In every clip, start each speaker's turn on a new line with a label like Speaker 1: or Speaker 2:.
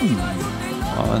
Speaker 1: Mm. Ja,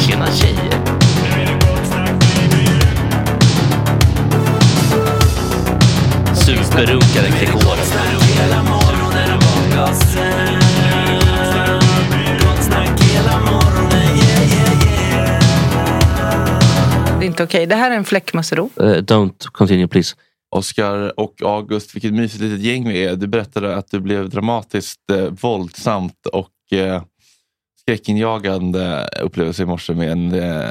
Speaker 2: Tjena tjejer.
Speaker 1: Superrunkaren Gregor.
Speaker 3: Det är inte okej. Det här är en fläckmussero.
Speaker 4: Eh, don't continue please.
Speaker 1: Oskar och August, vilket mysigt litet gäng vi är. Du berättade att du blev dramatiskt eh, våldsamt och eh, skräckinjagande upplevelse i morse med en eh,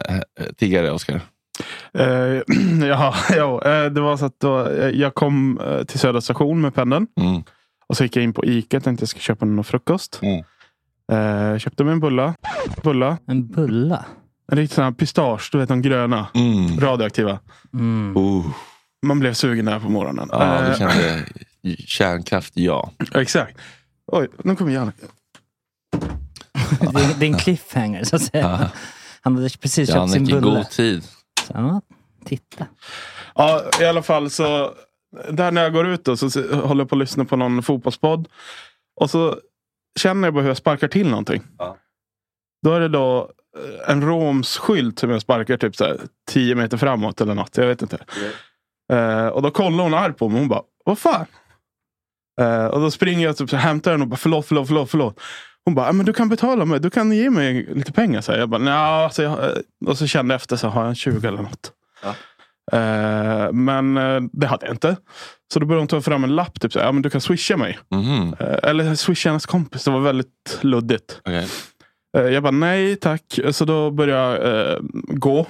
Speaker 1: tiggare, Oskar?
Speaker 5: Eh, ja, ja, eh, det var så att då, eh, jag kom eh, till Södra station med pendeln.
Speaker 1: Mm.
Speaker 5: Och så gick jag in på Ica och tänkte jag ska köpa någon frukost.
Speaker 1: Mm.
Speaker 5: Eh, köpte mig en bulla. bulla.
Speaker 6: En bulla?
Speaker 5: En riktig sån här pistage, du vet de gröna.
Speaker 1: Mm.
Speaker 5: Radioaktiva.
Speaker 6: Mm.
Speaker 1: Oh,
Speaker 5: Man blev sugen där på morgonen.
Speaker 1: ja,
Speaker 5: Eh,
Speaker 1: du kände kärnkraft, ja.
Speaker 5: Exakt. Oj, nu kommer jag.
Speaker 6: Det, är, det är en cliffhanger så att säga. Han hade precis köpt
Speaker 1: Jannik
Speaker 6: sin
Speaker 1: i
Speaker 6: bulle.
Speaker 1: god tid.
Speaker 6: Så, ja, titta.
Speaker 5: Ja, i alla fall så. Där när jag går ut då, så s- håller jag på att lyssna på någon fotbollspodd. Och så känner jag bara hur jag sparkar till någonting.
Speaker 1: Ja.
Speaker 5: Då är det då eh, en romsskylt som jag sparkar typ så här, 10 meter framåt eller något. Jag vet inte. Eh, och då kollar hon arg på mig. Hon bara, vad fan? Eh, och då springer jag typ så här, hämtar henne och bara, förlåt, förlåt, förlåt. förlåt. Hon bara, "Ja, men du kan betala mig. Du kan ge mig lite pengar. Så här. Jag bara, "Nja, alltså, jag, har-" Och så kände jag efter, så här, har jag en 20 eller något? Eh, men eh, det hade jag inte. Så då började hon ta fram en lapp. Typ så här, ja, men du kan swisha mig.
Speaker 1: Mhm,
Speaker 5: Eh, eller swisha hennes kompis. Det var väldigt luddigt.
Speaker 1: okej.
Speaker 5: Eh, Jag bara nej tack. Så då började jag eh, gå.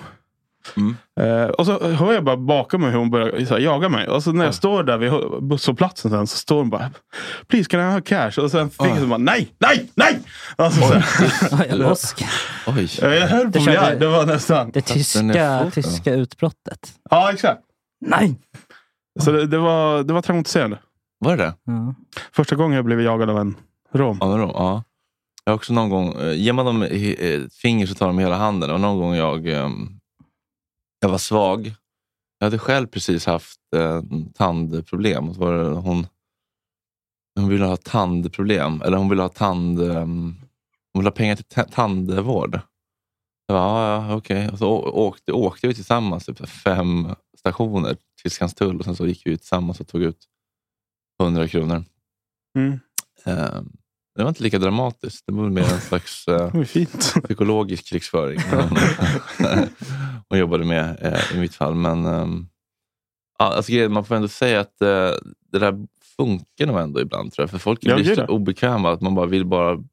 Speaker 1: Mm.
Speaker 5: Eh, och så hör jag bara bakom mig hur hon börjar så här, jaga mig. Och så när jag
Speaker 1: Oj.
Speaker 5: står där vid hå- busshållplatsen sen så står hon bara Please can I have cash? Och sen fick jag så bara nej, nej, nej! Alltså, så här,
Speaker 6: Oj, Oskar.
Speaker 1: Oj.
Speaker 5: jag höll på att bli
Speaker 6: körde-
Speaker 5: arg. Det var nästan.
Speaker 6: Det
Speaker 1: är
Speaker 6: tyska,
Speaker 1: fort,
Speaker 6: tyska utbrottet.
Speaker 5: Ja exakt.
Speaker 6: Nej!
Speaker 5: Så det, det var, det var traumatiserande.
Speaker 1: Var det det?
Speaker 6: Ja.
Speaker 5: Första gången jag blev jagad av en rom.
Speaker 1: Ja, vadå? ja. Jag har också någon gång, eh, ger man dem eh, ett finger så tar de hela handen. Och någon gång jag, ehm, jag var svag. Jag hade själv precis haft eh, tandproblem. Och så var det hon, hon ville ha tandproblem. Eller hon ville ha tand... ehm, hon ville ha pengar till ta- tandvård. Jag bara, ja, ja, okej. Och så å- åkte, åkte vi tillsammans typ så här fem stationer till Skanstull. Och sen så gick vi ut tillsammans och tog ut 100 kronor.
Speaker 5: Mm.
Speaker 1: Eh, Det var inte lika dramatiskt. Det var väl mer en slags eh,
Speaker 5: Det var fint.
Speaker 1: psykologisk krigsföring. Hon jobbade med eh, i mitt fall. Men ehm, ja, alltså, grejen, man får ändå säga att eh, det där funkar nog ändå ibland. Tror jag. För folk
Speaker 5: Ja,
Speaker 1: blir
Speaker 5: gör
Speaker 1: så
Speaker 5: det.
Speaker 1: obekväma att man bara vill bara bli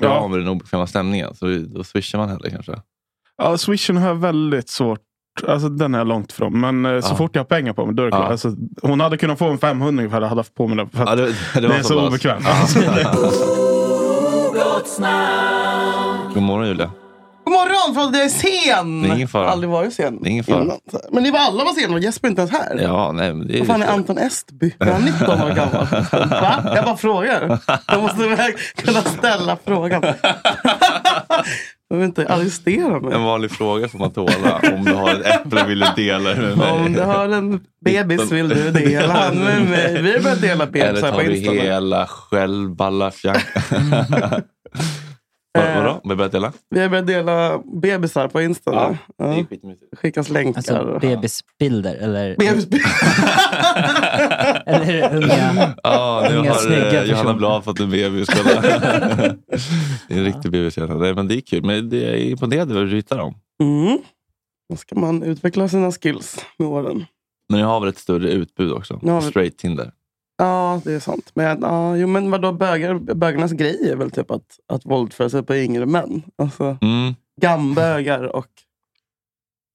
Speaker 5: Ja.
Speaker 1: av med den obekväma stämningen. Så då swishar man hellre kanske.
Speaker 5: Ja, swishen har jag väldigt svårt. Alltså den är jag långt ifrån. Men eh, så
Speaker 1: Ja.
Speaker 5: fort jag har pengar på mig, då är det
Speaker 1: Ja.
Speaker 5: klart. Alltså, hon hade kunnat få en 500 ifall jag hade haft på mig den. För att
Speaker 1: Ja, det,
Speaker 5: det,
Speaker 1: var
Speaker 5: är så
Speaker 1: pass.
Speaker 5: obekvämt.
Speaker 1: God morgon Julia.
Speaker 7: God morgon! Förlåt att jag är sen!
Speaker 1: Det är ingen fara.
Speaker 7: Aldrig varit sen.
Speaker 1: Det är ingen fara.
Speaker 7: Innan, så här. Men det var alla var sena och Jesper är inte ens här.
Speaker 1: Ja, nej, men det är
Speaker 7: Vad fan är Anton Estby? Är han 19 år gammal? Va? Jag bara frågar. Jag måste väl kunna ställa frågan. Jag vill inte arrestera
Speaker 1: en
Speaker 7: mig.
Speaker 1: vanlig fråga får man tåla. Om du har ett äpple vill du dela det med mig.
Speaker 7: Om du har en bebis vill du dela han med mig. Vi har börjat dela
Speaker 1: Eller
Speaker 7: bebisar
Speaker 1: tar
Speaker 7: på
Speaker 1: du
Speaker 7: Insta. nu.
Speaker 1: hela självballafjang?
Speaker 7: Eh.
Speaker 1: Vad- Vadå? Har vi börjat dela?
Speaker 7: Vi har börjat dela bebisar på Insta. nu. Ja. Skickas länkar.
Speaker 6: Alltså bebisbilder eller,
Speaker 7: Bebis-
Speaker 6: eller unga.
Speaker 1: Ja, nu
Speaker 6: Inga
Speaker 1: har
Speaker 6: snygga
Speaker 1: eh, Johanna
Speaker 6: personer.
Speaker 1: Blad fått en bebis. kolla. det är en riktig bebis. Johanna. Nej, men det är kul. Men det är imponerad över vad du hittar dem.
Speaker 7: Mm. Då ska man utveckla sina skills med åren.
Speaker 1: Men ni har väl ett större utbud också?
Speaker 7: Ja, vi-
Speaker 1: Straight Tinder.
Speaker 7: Ja, det är sant. Men, ja, jo, men vadå, bögar, bögarnas grej är väl typ att, att våldföra sig på yngre män. Alltså,
Speaker 1: Mm.
Speaker 7: gambögar och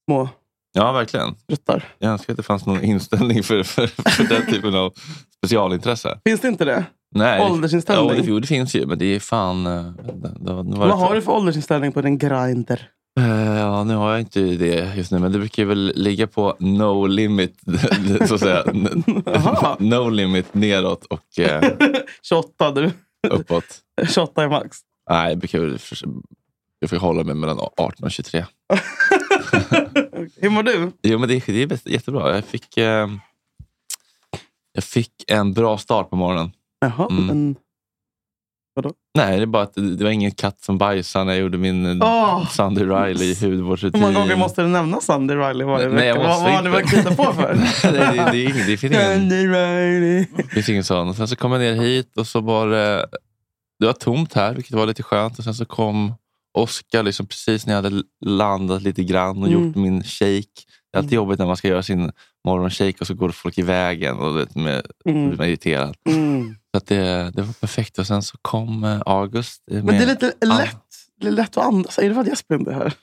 Speaker 7: små
Speaker 1: Ja, verkligen.
Speaker 7: struttar.
Speaker 1: Jag önskar att det fanns någon inställning för, för, för den typen av specialintresse.
Speaker 7: Finns det inte det?
Speaker 1: Nej,
Speaker 7: Åldersinställning?
Speaker 1: Ja, det, jo, det finns ju, men det är fan... eh, det- det var- det var
Speaker 7: Vad
Speaker 1: ett-
Speaker 7: har du för åldersinställning på din grinder?
Speaker 1: Eh, Ja, nu har jag inte det just nu, men det brukar ju väl ligga på no limit, så att säga. N-
Speaker 7: Jaha.
Speaker 1: no limit nedåt och eh,
Speaker 7: 28 du.
Speaker 1: uppåt.
Speaker 7: 28 är max.
Speaker 1: Nej, jag brukar väl förs- jag får hålla mig mellan 18 och 23.
Speaker 7: Hur mår du?
Speaker 1: Jo, men det, det är bäst- jättebra. Jag fick, eh, jag fick en bra start på morgonen.
Speaker 7: Jaha,
Speaker 1: Mm.
Speaker 7: men...
Speaker 1: Nej, det är bara att det det var ingen katt som bajsade när jag gjorde min eh,
Speaker 7: Åh!
Speaker 1: Sandy Riley hur
Speaker 7: hur många gånger måste du nämna Sandy Riley varje
Speaker 1: Nej, jag
Speaker 7: vecka? Vad
Speaker 1: måste
Speaker 7: vad har
Speaker 1: inte.
Speaker 7: du börjat krita på för?
Speaker 1: Nej, det, det, det, är ingen- det finns ingen...
Speaker 7: Sandy Riley.
Speaker 1: Det finns ingen sån. Och sen så kom jag ner hit och så var det, det var tomt här, vilket var lite skönt. Och sen så kom Oskar liksom precis när jag hade landat lite grann och
Speaker 7: Mm.
Speaker 1: gjort min shake. Det är alltid jobbigt när man ska göra sin morgonshake och så går folk i vägen och det, med,
Speaker 7: Mm.
Speaker 1: blir man irriterad.
Speaker 7: Mm.
Speaker 1: Så att det, det var perfekt. Och sen så kom eh, August. eh,
Speaker 7: Men
Speaker 1: med-
Speaker 7: det är lite lätt det är lätt att andas. Är det för att Jesper inte är här?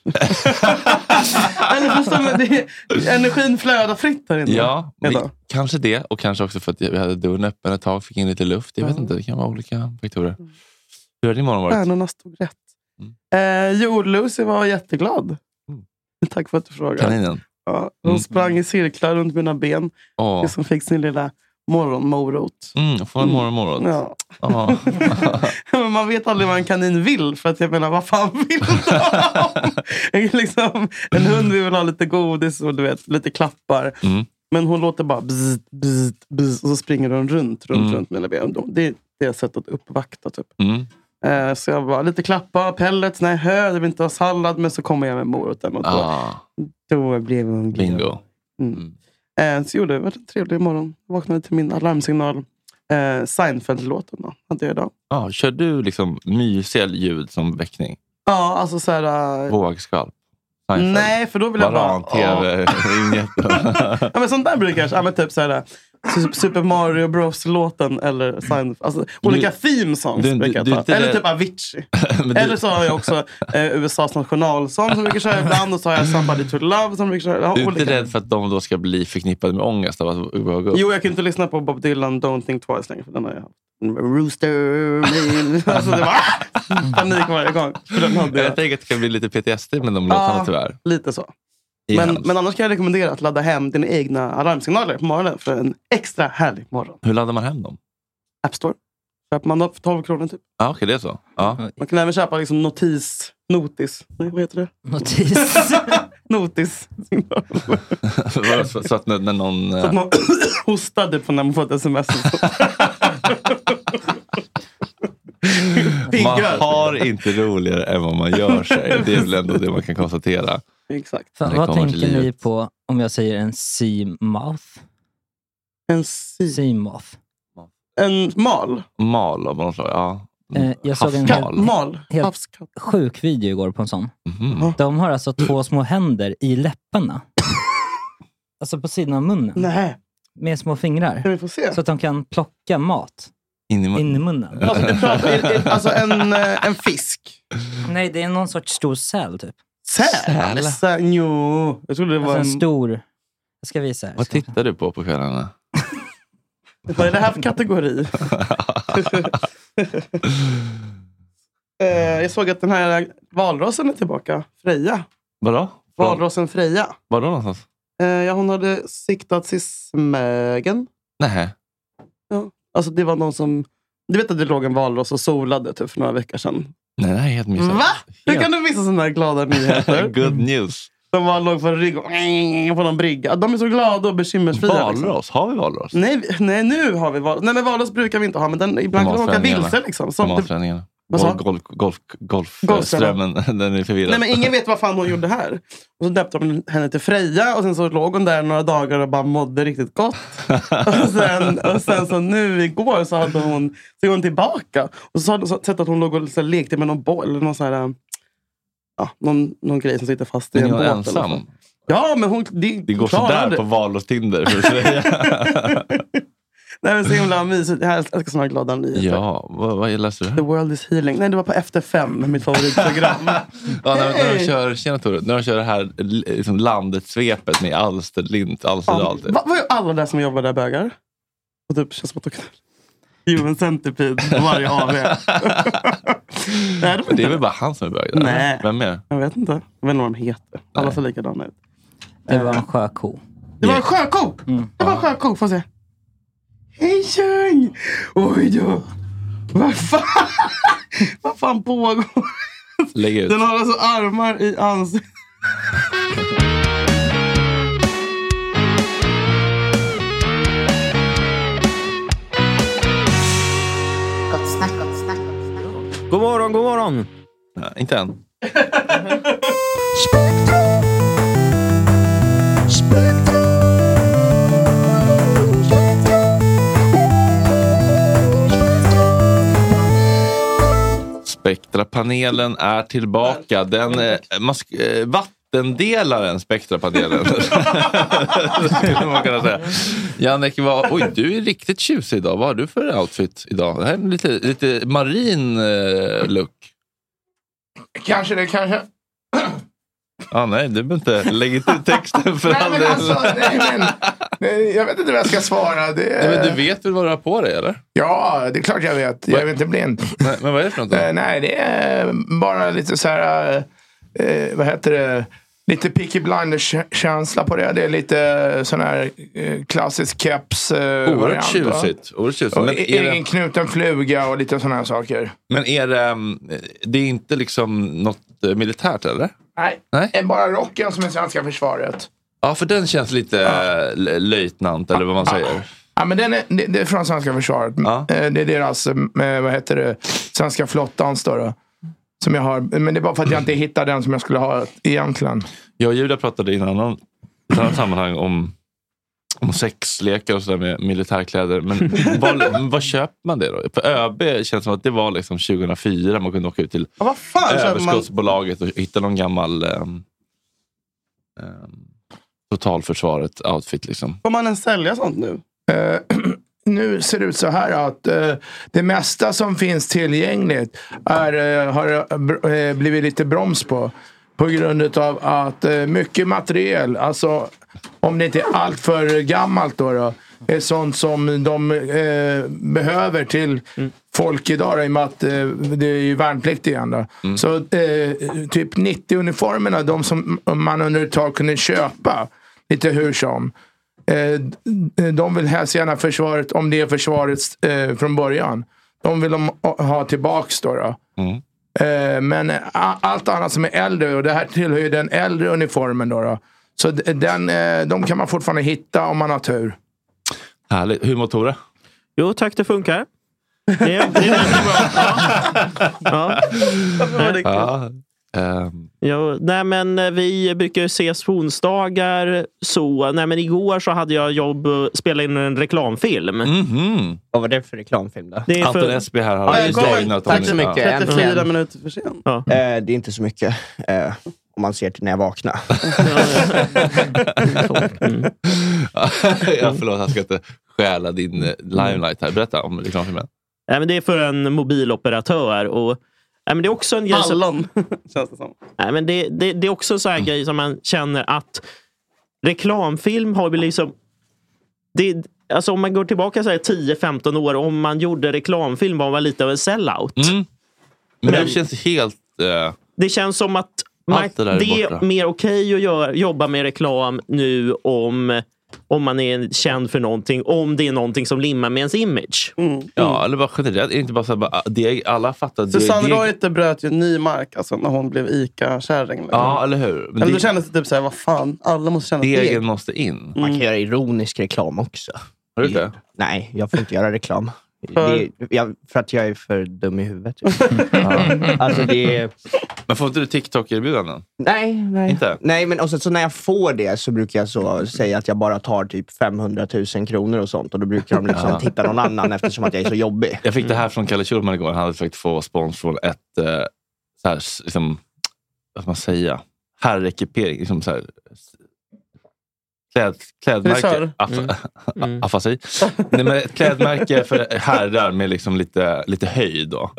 Speaker 7: Eller förstår ni, det är, energin flödar fritt här inne.
Speaker 1: Ja, men
Speaker 7: Heter det.
Speaker 1: kanske det. Och kanske också för att vi hade dörren öppen ett tag. Fick in lite luft. Jag vet
Speaker 7: Ja.
Speaker 1: inte, det kan vara olika faktorer.
Speaker 7: Mm.
Speaker 1: Hur har din morgon varit? Mm.
Speaker 7: Stjärnorna stod rätt. Eh, jo, Lucy var jätteglad. Tack för att du frågade.
Speaker 1: Kaninen?
Speaker 7: Ja, hon
Speaker 1: Mm.
Speaker 7: sprang i cirklar runt mina ben.
Speaker 1: Åh.
Speaker 7: Det som fick sin lilla morgonmorot.
Speaker 1: Mm, får en morgonmorot.
Speaker 7: Ja.
Speaker 1: Ja.
Speaker 7: Men man vet aldrig vad en kanin vill. För att jag menar, vad fan vill de? liksom, en hund vill väl ha lite godis och du vet, lite klappar.
Speaker 1: Mm.
Speaker 7: Men hon låter bara bzz, bzz, bzz, och så springer hon runt, runt,
Speaker 1: Mm.
Speaker 7: runt mina ben. Då- Det är det sättet att uppvakta. Typ.
Speaker 1: Mm.
Speaker 7: Eh, Så jag bara, lite klappa, pellets, nej hö, jag vill inte ha sallad. Men så kommer jag med moroten och då,
Speaker 1: Ah,
Speaker 7: då blev hon glad.
Speaker 1: bingo.
Speaker 7: Eh, Så gjorde jag det var en trevlig morgon. Vaknade till min alarmsignal. Eh, Seinfeld-låten då, hade jag idag.
Speaker 1: Ah, kör du liksom mysiga ljud som väckning?
Speaker 7: Ja, alltså så här... eh,
Speaker 1: Vågskvalp? Seinfeld?
Speaker 7: Nej, för då vill jag bara...
Speaker 1: Varan-tv?
Speaker 7: Ja, men sånt där brukar jag köra. Ja, men typ så här, Su- Super Mario Bros-låten eller Seinfeld. Alltså, olika theme songs
Speaker 1: du-
Speaker 7: brukar jag
Speaker 1: du-
Speaker 7: ta.
Speaker 1: du-
Speaker 7: eller typ Avicii.
Speaker 1: Men du-
Speaker 7: eller så har jag också eh, USAs nationalsång som jag brukar köra ibland. Och så har jag Somebody to Love som jag brukar köra. Jag har
Speaker 1: Du är inte
Speaker 7: olika.
Speaker 1: rädd för att de då ska bli förknippade med ångest av att våga upp?
Speaker 7: Jo, jag kan inte lyssna på Bob Dylan Don't Think Twice längre. För den har jag Rooster man. alltså, det var panik varje gång. För den hade jag.
Speaker 1: Jag tänker att det kan bli lite PTSD med de låtarna tyvärr.
Speaker 7: Lite så.
Speaker 1: I
Speaker 7: Men,
Speaker 1: hans.
Speaker 7: men annars kan jag rekommendera att ladda hem dina egna alarmsignaler på morgonen för en extra härlig morgon.
Speaker 1: Hur laddar man hem dem?
Speaker 7: App Store. Köper man dem för 12 kronor typ.
Speaker 1: Ah, Okej, det är så. Ja.
Speaker 7: Man kan även köpa liksom notis. Notis. Nej, vad heter det?
Speaker 6: Notis.
Speaker 7: notis.
Speaker 1: Vadå, så, så att när, när någon...
Speaker 7: Så
Speaker 1: eh,
Speaker 7: att man hostar typ när man får ett sms.
Speaker 1: eh, Man
Speaker 7: piggar.
Speaker 1: har inte roligare än vad man gör sig. Det är väl ändå det man kan konstatera.
Speaker 7: Exakt.
Speaker 6: Fan,
Speaker 1: Det
Speaker 6: vad
Speaker 1: kommer till
Speaker 6: tänker ni
Speaker 1: livet.
Speaker 6: på om jag säger en sea mouth?
Speaker 7: En sea,
Speaker 6: moth.
Speaker 7: En mal.
Speaker 1: Mal av någon slag. Ja.
Speaker 6: Eh, jag såg en
Speaker 1: Havsmal.
Speaker 6: helt,
Speaker 7: Mal.
Speaker 6: helt
Speaker 7: Havskatt.
Speaker 6: sjuk video igår på en sån.
Speaker 1: Mhm.
Speaker 6: De har alltså två små händer i läpparna. alltså på sidan av munnen.
Speaker 7: Nej.
Speaker 6: Med små fingrar.
Speaker 7: Kan vi få se?
Speaker 6: Så att de kan plocka mat
Speaker 1: In i mun.
Speaker 6: in i munnen.
Speaker 7: Alltså, det pratar, är- är- alltså en, eh, en fisk.
Speaker 6: Nej, det är någon sorts stor säl typ.
Speaker 7: Säl?
Speaker 1: Säl?
Speaker 7: Säl? Jo. Jag trodde det var
Speaker 6: Alltså en
Speaker 7: en...
Speaker 6: stor... Jag ska visa här.
Speaker 1: Vad tittar du på på kvällarna?
Speaker 7: Vad är det här för kategori? Eh, jag såg att den här valrossen är tillbaka. Freja.
Speaker 1: Vadå? Var,
Speaker 7: Valrossen Freja.
Speaker 1: vadå någonstans?
Speaker 7: Eh, ja, hon hade siktats i Smögen.
Speaker 1: Nej.
Speaker 7: Ja. Alltså det var någon som... Du vet att det låg en valross och solade typ, för några veckor sedan.
Speaker 1: Nej, det här är Mm. helt missat.
Speaker 7: Va? Hur kan du missa sådana här glada nyheter?
Speaker 1: Good news.
Speaker 7: De bara låg på en rygg och på någon brygga. De är så glada och bekymmersfria. liksom.
Speaker 1: Valros? Har vi valros?
Speaker 7: Nej, vi- nej, nu har vi valros. Nej, men valros brukar vi inte ha. Men den, ibland kan de åka
Speaker 1: Klimatförändringarna.
Speaker 7: vilse. Liksom. Som, det,
Speaker 1: Klimatförändringarna.
Speaker 7: Vad sa
Speaker 1: Golf,
Speaker 7: du?
Speaker 1: golf, golf, golf, eh,
Speaker 7: Golfströmmen.
Speaker 1: strömmen, den är förvirrad.
Speaker 7: nej, men ingen vet vad fan hon gjorde här. Och så döpte de henne till Freja och sen så låg hon där några dagar och bara mådde riktigt gott. Och sen, och sen så nu igår så, hade hon, så är hon tillbaka. Och så har hon sett att hon låg och så här, lekte med någon boll. Eller någon, så här, ja, någon, någon grej som sitter fast i
Speaker 1: Men
Speaker 7: en
Speaker 1: hon
Speaker 7: båt.
Speaker 1: är
Speaker 7: eller så.
Speaker 1: ensam.
Speaker 7: Ja, men hon... Det,
Speaker 1: Det går sådär på valros-Tinder. för att säga.
Speaker 7: Nej, men så himla mysigt. Jag älskar såna här glada nyheter.
Speaker 1: ja, vad, vad läser du?
Speaker 7: The world is healing. Nej, det var på Efter fem, mitt favoritprogram.
Speaker 1: Ja, när, när de
Speaker 7: Hej!
Speaker 1: kör, tjena Tore, när de kör det här eh, liksom landet-svepet med Alsterlint, Alsterdal. typ.
Speaker 7: Va, var ju alla där som jobbar där bögar? Och typ känns som att de knall- Human centipede på varje AV. Nej, de
Speaker 1: Det
Speaker 7: inte
Speaker 1: är väl bara han som är bög? eller?
Speaker 7: Nej.
Speaker 1: Vem mer?
Speaker 7: Jag vet inte. Jag vet inte vad de heter. Alla ser likadana ut.
Speaker 6: Det var en sjöko.
Speaker 7: Det var en sjöko! Det var en sjöko. Får se. Hej tjong! Oj då! Vad fan? vad fan pågår?
Speaker 1: Lägg ut.
Speaker 7: Den har alltså armar i ansiktet.
Speaker 2: God morgon, god morgon!
Speaker 1: Nej, inte än. Spektrapanelen är tillbaka. Den, eh, mask- eh, vattendelaren Spektrapanelen. skulle man kunna säga. Jannik, vad, oj, du är riktigt tjusig idag. Vad har du för outfit idag? Det här är en lite, lite marin eh, look.
Speaker 8: Kanske det, kanske.
Speaker 1: Ah, nej, du behöver inte lägga till texten för all
Speaker 8: nej, men
Speaker 1: del.
Speaker 8: alltså, nej, men, nej, jag vet inte vad jag ska svara. Det,
Speaker 1: Nej, men du vet väl vad du har på dig, eller?
Speaker 8: Ja, det är klart jag vet. Jag är inte blind.
Speaker 1: Nej, men vad är det för något?
Speaker 8: Eh, nej, det är bara lite så här... eh, Eh, vad heter det? Lite Peaky Blinders-känsla på det. Det är lite sån här eh, klassisk keps eh,
Speaker 1: Oerhört
Speaker 8: variant, va?
Speaker 1: tjusigt. Oerhört tjusigt.
Speaker 8: Och
Speaker 1: Men
Speaker 8: e-
Speaker 1: är det-
Speaker 8: egen knuten fluga och lite såna här saker.
Speaker 1: Men är det, mm, det är inte liksom något eh, militärt, eller?
Speaker 8: Nej, det är bara rocken som är svenska försvaret.
Speaker 1: Ja, för den känns lite eh, l- löjtnant, eller vad man säger.
Speaker 8: Ja, men den är, det, det är från svenska försvaret. Eh, Det är deras, eh, vad heter det, svenska flottans då. då som jag har. Men det är bara för att jag inte hittade den som jag skulle ha egentligen.
Speaker 1: Jag och Julia pratade i en annan, ett annat sammanhang om, om sexlekar och sådär med militärkläder. Men var, var köper man det då? På ÖB känns det som att det var liksom 2004 man kunde åka ut till
Speaker 7: Ja, vad fan köper man?
Speaker 1: överskottsbolaget och hitta någon gammal ehm, ehm, totalförsvaret-outfit. Liksom.
Speaker 8: Får man ens sälja sånt nu? Eh, nu ser det ut så här att eh, det mesta som finns tillgängligt är, eh, har eh, br- eh, blivit lite broms på. På grund av att eh, mycket materiel, alltså om det inte är allt för gammalt då, då är sånt som de eh, behöver till folk idag då, i och med att eh, det är ju värnplikt igen. Då. Så eh, typ 90-uniformerna, de som man under ett tag kunde köpa lite hur som. Eh, d- de vill helst gärna försvaret, om det är försvaret eh, från början. De vill de ha tillbaks då. då. Eh, men a- allt annat som är äldre, och det här tillhör ju den äldre uniformen. Då, då. Så d- den, eh, de kan man fortfarande hitta om man har tur.
Speaker 1: Härligt. Hur mår Tore?
Speaker 9: Jo tack, det funkar. Det är, det är väldigt bra. Ja.
Speaker 1: Ja, ehm,
Speaker 9: Jo, nej men eh, vi brukar ju ses på onsdagar. Så, nej men igår så hade jag jobb och spelade in en reklamfilm.
Speaker 2: Vad var det för reklamfilm då?
Speaker 9: Det är för-
Speaker 1: Mhm. Anton Esby här har
Speaker 2: Ja, jag
Speaker 1: just
Speaker 2: kommer.
Speaker 1: ägnat
Speaker 2: Tack
Speaker 1: honom-
Speaker 2: så mycket.
Speaker 1: Ja.
Speaker 2: Äntligen.
Speaker 7: minuter för sent.
Speaker 2: Eh, det är inte så mycket. eh, om man ser till när jag vaknar.
Speaker 1: ja, förlåt, jag ska inte stjäla din eh, limelight här. Berätta om reklamfilmen.
Speaker 9: Nej, men det är för en mobiloperatör. Och, nej, men det är också en grej
Speaker 7: Hallon,
Speaker 9: känns det som. Nej, men det, det, det är också en sån
Speaker 1: Mm.
Speaker 9: här grej som man känner att reklamfilm har vi liksom... Det, alltså om man går tillbaka så här 10-15 år, om man gjorde reklamfilm var man lite av en sellout.
Speaker 1: Mm. Men
Speaker 9: Men-
Speaker 1: det känns helt... eh,
Speaker 9: Det känns som att man,
Speaker 1: Allt
Speaker 9: det,
Speaker 1: det där är borta.
Speaker 9: är mer okej att göra, jobba med reklam nu om, om man är känd för någonting. Om det är någonting som limmar med ens image.
Speaker 7: Mm.
Speaker 1: Ja, eller bara generellt. Inte bara så här, bara, ah, det, alla fattar. Det,
Speaker 7: Susanne
Speaker 1: det,
Speaker 7: Reuter bröt ju ny mark alltså, när hon blev ICA-kärring. liksom.
Speaker 1: Ja, eller hur?
Speaker 7: Eller då kändes det typ såhär, vad fan, alla måste känna
Speaker 1: Degen måste in.
Speaker 2: Man kan göra ironisk reklam också.
Speaker 1: Har du det?
Speaker 2: Nej, jag får inte göra reklam.
Speaker 1: För?
Speaker 2: Det, jag, för att jag är för dum i huvudet. ja. Alltså det är...
Speaker 1: Men får inte du TikTok-erbjudanden?
Speaker 2: Nej, nej.
Speaker 1: Inte?
Speaker 2: Nej, men och sen, så när jag får det så brukar jag så säga att jag bara tar typ 500 000 kronor och sånt. Och då brukar de liksom
Speaker 1: Ja.
Speaker 2: titta någon annan eftersom att jag är så jobbig.
Speaker 1: Jag fick det här från Kalle Schulman igår. Han hade försökt få spons från ett, eh, så här, s- liksom, vad ska man säga, herrekipering. Liksom så här, s- kläd, klädmärke.
Speaker 10: Frisör.
Speaker 1: Aff-
Speaker 10: Mm. Mm.
Speaker 1: Afasi. Nej, men ett klädmärke för herrar med liksom lite, lite höjd. Då.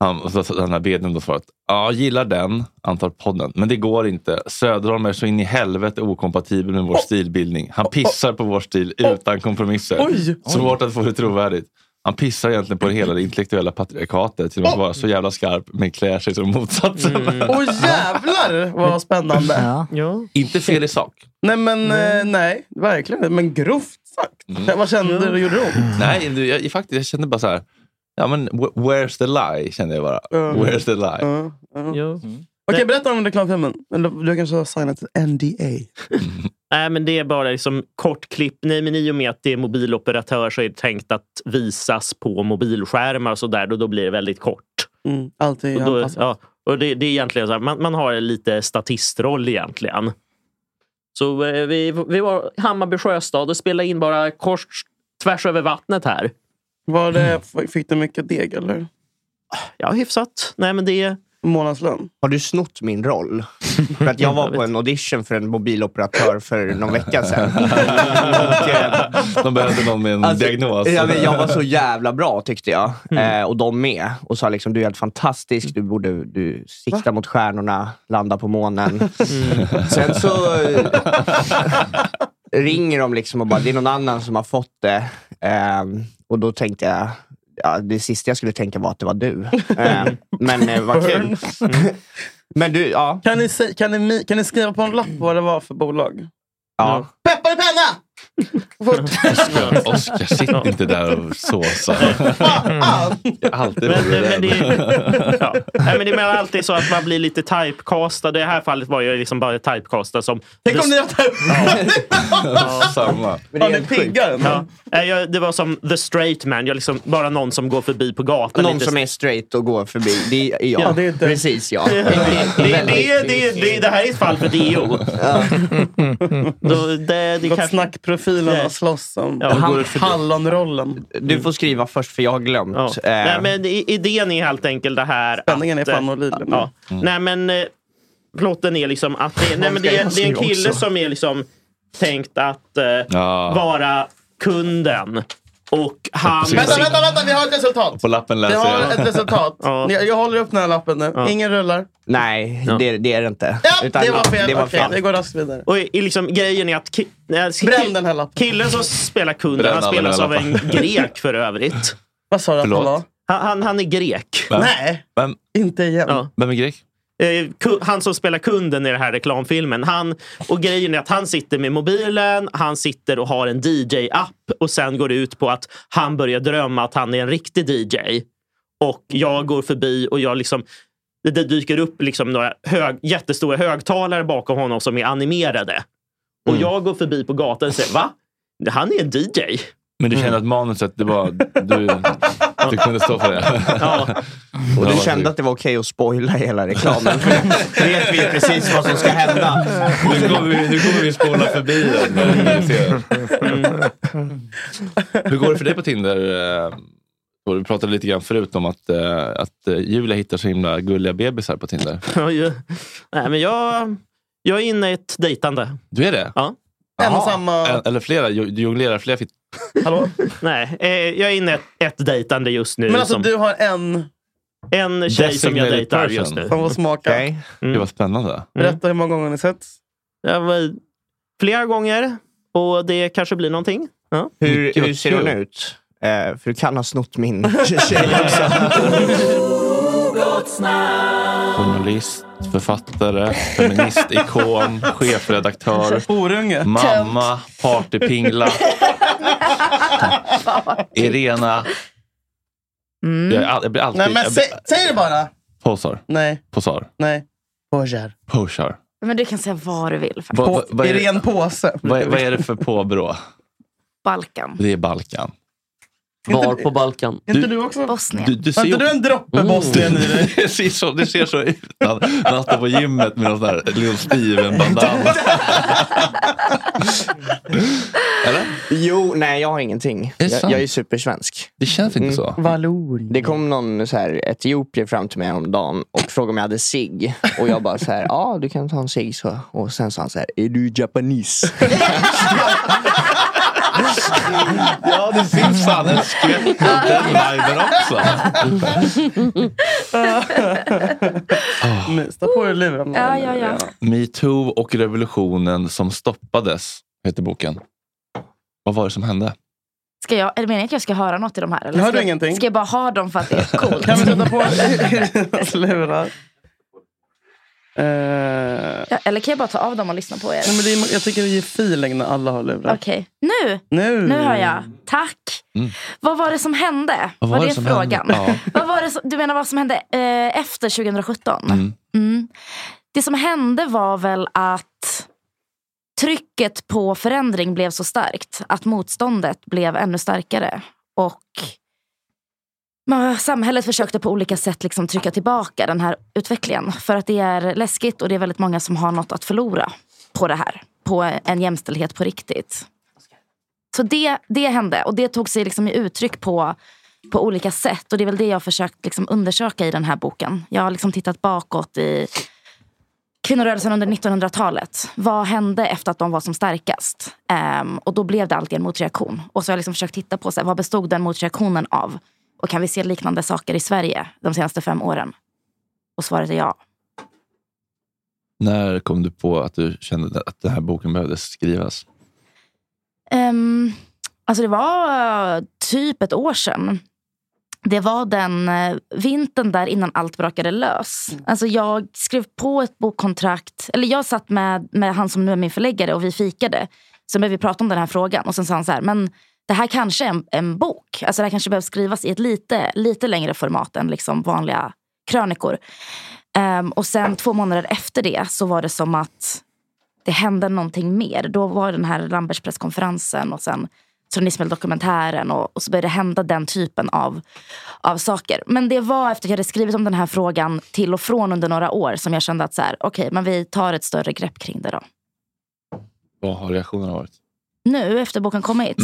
Speaker 1: Han, och så, så den här vdn då svarat, ja, gillar den, antar podden, men det går inte. Söderholm är så in i helvete okompatibel med vår stilbildning. Han pissar på vår stil utan kompromisser.
Speaker 7: Oj!
Speaker 1: Svårt att få det trovärdigt. Han pissar egentligen på hela det intellektuella patriarkatet genom att vara så jävla skarp men klär sig som motsatsen.
Speaker 7: Åh jävlar vad spännande!
Speaker 9: Ja.
Speaker 1: Inte fel i sak.
Speaker 7: Nej men eh, nej, verkligen inte. Men grovt sagt.
Speaker 1: Mm.
Speaker 7: Vad kände du? Gjorde det ont?
Speaker 1: Nej, du, jag, jag, faktiskt, jag kände bara så här, ja, men, wh- where's the lie? Kände jag bara.
Speaker 7: Mm.
Speaker 1: Where's the lie?
Speaker 7: Uh-huh.
Speaker 9: Mm.
Speaker 7: Okej, berätta om reklamfilmen. Eller du kanske har signat ett NDA?
Speaker 9: Nej, men det är bara liksom kort klipp. Nej, men I och med att det är mobiloperatör så är det tänkt att visas på mobilskärmar och så där. Då, då blir det väldigt kort.
Speaker 7: Mm, allt är
Speaker 9: Och, då,
Speaker 7: anpassat.
Speaker 9: ja, och det, det är egentligen så här, man, man har lite statistroll egentligen. Så eh, vi, vi var i Hammarby sjöstad och spelade in bara kors tvärs över vattnet här.
Speaker 7: Var det, fick du mycket deg eller?
Speaker 9: Ja, hyfsat. Nej, men det,
Speaker 7: månadslön.
Speaker 2: Har du snott min roll? För att jag var på en audition för en mobiloperatör för någon vecka sedan.
Speaker 1: De behövde någon med en diagnos.
Speaker 2: Jag, Alltså, men jag var så jävla bra tyckte jag.
Speaker 9: Mm.
Speaker 2: Eh, och de med. Och sa liksom, du är helt fantastisk. Du borde du sikta mot stjärnorna, landa på månen.
Speaker 9: Mm.
Speaker 2: Sen så eh, ringer de liksom och bara, det är någon annan som har fått det. Ehm, och då tänkte jag, ja, det sista jag skulle tänka var att det var du. Ehm, men eh, vad kul. Men du, ja.
Speaker 7: Kan ni, sä- kan, ni, mi- kan ni skriva på en lapp vad det var för bolag?
Speaker 2: Ja.
Speaker 7: Peppar i penna!
Speaker 1: Oskar, Oskar, sitt inte där och såsa. Alltid
Speaker 9: Men,
Speaker 1: rolig
Speaker 9: men, det,
Speaker 1: där.
Speaker 9: ja. Nej, men det är alltid så att man blir lite typecastad. I det här fallet var jag liksom bara typecastad som...
Speaker 7: Tänk om ni har typ-
Speaker 1: Samma.
Speaker 7: Ja, ni piggar ändå.
Speaker 9: Ja. Nej, jag- Det var som the straight man. Jag liksom, bara någon som går förbi på gatan.
Speaker 2: Någon som är straight och går förbi. Det är jag.
Speaker 9: Ja, det är inte-
Speaker 2: Precis jag.
Speaker 9: Det, det, det, det, det, det här är ett fall för DO.
Speaker 2: eh,
Speaker 9: Då, det, det
Speaker 7: Låt
Speaker 9: kanske-
Speaker 7: snackprofilerna
Speaker 9: Nej.
Speaker 7: slåss om
Speaker 9: Ja, går det
Speaker 7: han,
Speaker 9: för-
Speaker 7: hallonrollen.
Speaker 2: Du får skriva först för jag har glömt.
Speaker 9: Ja.
Speaker 2: Eh,
Speaker 9: Nej, men i- idén är helt enkelt det här...
Speaker 7: Spänningen
Speaker 9: att,
Speaker 7: är fan
Speaker 9: eh,
Speaker 7: oliven.
Speaker 9: Ja.
Speaker 1: Mm.
Speaker 9: Nej, men eh, plotten är liksom att det, nej, men
Speaker 7: ska
Speaker 9: det,
Speaker 7: jag
Speaker 9: är- det är en
Speaker 7: skriva
Speaker 9: kille
Speaker 7: också?
Speaker 9: som är liksom tänkt att eh,
Speaker 1: Ja.
Speaker 9: vara kunden. Och han...
Speaker 7: Vänta, vänta, vänta! Vi har ett resultat!
Speaker 1: På lappen
Speaker 7: Vi
Speaker 1: läser
Speaker 7: har
Speaker 1: jag.
Speaker 7: ett resultat.
Speaker 9: Ja.
Speaker 7: Ni- Jag håller upp den här lappen nu.
Speaker 9: Ja.
Speaker 7: Ingen rullar.
Speaker 2: Nej, det, det är det inte.
Speaker 7: Ja, det var fel.
Speaker 2: Det var
Speaker 7: Okej,
Speaker 2: fel.
Speaker 7: vi går raskt vidare.
Speaker 9: Och i, i liksom, grejen är att ki- nej, ki-
Speaker 7: Bränn den här lappen.
Speaker 9: killen som spelar kunden,
Speaker 1: Bränn
Speaker 9: han
Speaker 1: alla
Speaker 9: spelas
Speaker 1: den
Speaker 9: av
Speaker 1: här
Speaker 9: en
Speaker 1: lappen.
Speaker 9: grek för övrigt.
Speaker 7: Vad sa du att han
Speaker 1: Förlåt.
Speaker 7: var?
Speaker 9: Han, han, han är grek.
Speaker 1: Vem?
Speaker 7: Nej,
Speaker 1: Vem,
Speaker 7: inte igen.
Speaker 9: Ja.
Speaker 1: vem är grek?
Speaker 9: Eh, ku- Han som spelar kunden i den här reklamfilmen. Han, och grejen är att han sitter med mobilen, han sitter och har en DJ-app och sen går det ut på att han börjar drömma att han är en riktig DJ. Och jag går förbi och jag liksom det- det dyker upp liksom några hög, jättestora högtalare bakom honom som är animerade. Och
Speaker 1: Mm.
Speaker 9: jag går förbi på gatan och säger va? Han är en Mm. DJ.
Speaker 1: Men du kände att manuset, det var, du, du kunde stå för det?
Speaker 9: Ja.
Speaker 2: Och du kände att det var okej att spoila hela reklamen. För nu vet vi precis vad som ska hända.
Speaker 1: Nu kommer vi, nu kommer vi spola förbi den. när vi ser den. Hur går det för dig på Tinder? eh, Tor? Vi pratade lite grann förut om att, eh, att eh, Julia hittar så himla gulliga bebisar på Tinder.
Speaker 9: Ja, ju- Nej, men jag, jag är inne i ett dejtande.
Speaker 1: Du är det?
Speaker 9: Ja.
Speaker 7: En och
Speaker 1: Jaha.
Speaker 7: samma...
Speaker 1: Eh, Eller flera? Jo- Du jonglerar flera fit-
Speaker 7: Hallå?
Speaker 9: Nej, eh, jag är inne i ett, ett dejtande just nu. liksom.
Speaker 7: Men alltså
Speaker 9: som
Speaker 7: du har en
Speaker 9: en tjej som jag
Speaker 1: Designated
Speaker 9: dejtar
Speaker 1: person.
Speaker 9: just nu.
Speaker 7: som får smaka.
Speaker 2: Okej.
Speaker 7: Mm.
Speaker 1: Det var spännande.
Speaker 7: Berätta hur många gånger ni sett.
Speaker 9: Jag var Mm. flera gånger och det kanske blir någonting. Ja.
Speaker 2: Hur,
Speaker 1: Mycket
Speaker 2: hur ser hon
Speaker 1: kul.
Speaker 2: ut? Eh, för du kan ha snott min tjej också.
Speaker 1: Journalist, författare, feministikon, chefredaktör,
Speaker 7: Orunge.
Speaker 1: mamma, partypingla, Irena. Jag, är all, jag blir alltid...
Speaker 7: Nej men
Speaker 1: jag blir,
Speaker 7: sä- säg det bara!
Speaker 1: Posar.
Speaker 7: Nej,
Speaker 1: Posar.
Speaker 7: nej. Pojar.
Speaker 1: Posar.
Speaker 10: Men du kan säga vad du vill. För
Speaker 1: Vad
Speaker 7: På,
Speaker 1: va, vad är,
Speaker 7: I ren påse.
Speaker 1: vad, vad är det för påbrå?
Speaker 10: Balkan.
Speaker 1: Det är Balkan.
Speaker 11: Var på Balkan.
Speaker 7: Är inte du också?
Speaker 10: Bosnien.
Speaker 1: Du, du
Speaker 7: Har
Speaker 1: ser Oh.
Speaker 7: inte
Speaker 1: ju...
Speaker 7: du en droppe Bosnien i dig?
Speaker 1: Det ser så, det ser så ut. Han han står på gymmet med någon sån här Little Steven-bandana. Eller?
Speaker 2: Jo, nej jag har ingenting.
Speaker 1: Är det
Speaker 2: Jag,
Speaker 1: sant?
Speaker 2: jag är supersvensk. Mm.
Speaker 1: Det känns inte så.
Speaker 2: Det kom någon så här, etiopier fram till mig häromdagen och frågade om jag hade cigg. Och jag bara så här, ja du kan ta en cigg. så." Och sen sa han så här, är du japanis?
Speaker 1: Ja, det finns fan en skvätt av den viben också. Ah.
Speaker 7: Nu, Stå på er lurarna.
Speaker 10: Ja, ja, ja.
Speaker 1: Mm. Metoo och revolutionen som stoppades, heter boken. Vad var det som hände?
Speaker 10: Ska jag, eller menar jag att jag ska höra något i de här? Eller
Speaker 7: Hör
Speaker 10: ska,
Speaker 7: du ingenting?
Speaker 10: ska jag bara ha dem för att det är coolt?
Speaker 7: Kan vi sätta på er lurar? Eh,
Speaker 10: Ja, eller kan jag bara ta av dem och lyssna på er?
Speaker 7: nej, men det är, jag tycker det ger feeling när alla har lurar.
Speaker 10: Okej, nu!
Speaker 7: Nu!
Speaker 10: Nu hör jag. Tack!
Speaker 1: Mm.
Speaker 10: Vad var det som hände?
Speaker 1: Vad var det som
Speaker 10: frågan?
Speaker 1: hände?
Speaker 10: vad var det som, du menar vad som hände eh, efter 2017?
Speaker 1: Mm.
Speaker 10: Mm. Det som hände var väl att trycket på förändring blev så starkt. Att motståndet blev ännu starkare. Och man, samhället försökte på olika sätt liksom trycka tillbaka den här utvecklingen. För att det är läskigt och det är väldigt många som har något att förlora på det här. På en jämställdhet på riktigt. Så det, det hände och det tog sig liksom i uttryck på på olika sätt. Och det är väl det jag har försökt liksom undersöka i den här boken. Jag har liksom tittat bakåt i kvinnorörelsen under 1900-talet. Vad hände efter att de var som starkast? Ehm, och då blev det alltid en motreaktion. Och så har jag liksom försökt titta på så här, vad bestod den motreaktionen av? Och kan vi se liknande saker i Sverige de senaste fem åren? Och svaret är ja.
Speaker 1: När kom du på att du kände att den här boken behövde skrivas?
Speaker 10: Ehm, alltså det var eh, typ ett år sedan. Det var den eh, vintern där innan allt brakade lös. Alltså jag skrev på ett bokkontrakt. Eller jag satt med, med han som nu är min förläggare och vi fikade. Så började vi prata om den här frågan och sen sa han så här, men det här kanske är en, en bok. Alltså det här kanske behöver skrivas i ett lite, lite längre format än liksom vanliga krönikor. Ehm, och sen två månader efter det så var det som att det hände någonting mer. Då var den här Lambertspresskonferensen och sen Tronismel-dokumentären och, och så började det hända den typen av, av saker. Men det var efter att jag hade skrivit om den här frågan till och från under några år som jag kände att så här, okej, men vi tar ett större grepp kring det då.
Speaker 1: Vad har reaktionerna varit?
Speaker 10: Nu efter boken kommit?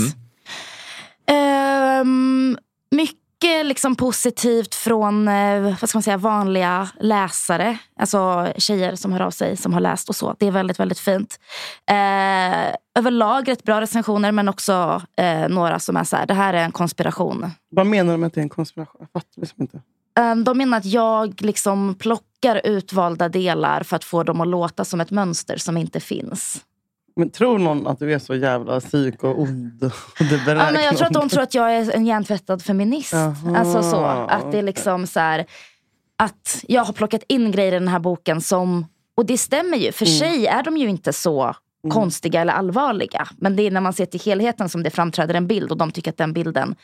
Speaker 10: Ehm, mycket liksom positivt från eh, vad ska man säga, vanliga läsare. Alltså tjejer som hör av sig, som har läst och så. Det är väldigt, väldigt fint. Eh, överlag rätt bra recensioner, men också eh, några som är så här, det här är en konspiration.
Speaker 7: Vad menar de med att det är en konspiration? Jag fattar liksom inte.
Speaker 10: Ehm, De menar att jag liksom plockar utvalda delar för att få dem att låta som ett mönster som inte finns.
Speaker 7: Men tror någon att du är så jävla psyk och ond? Och det
Speaker 10: Ja, men jag tror att de
Speaker 7: beräknande?
Speaker 10: tror att jag är en hjärntvättad feminist.
Speaker 7: Jaha,
Speaker 10: alltså så, att det är liksom så här, att jag har plockat in grejer i den här boken som, och det stämmer ju, för
Speaker 12: Mm.
Speaker 10: sig är de ju inte så
Speaker 7: Mm.
Speaker 10: konstiga eller allvarliga. Men det är när man ser till helheten som det framträder en bild och de tycker att den bilden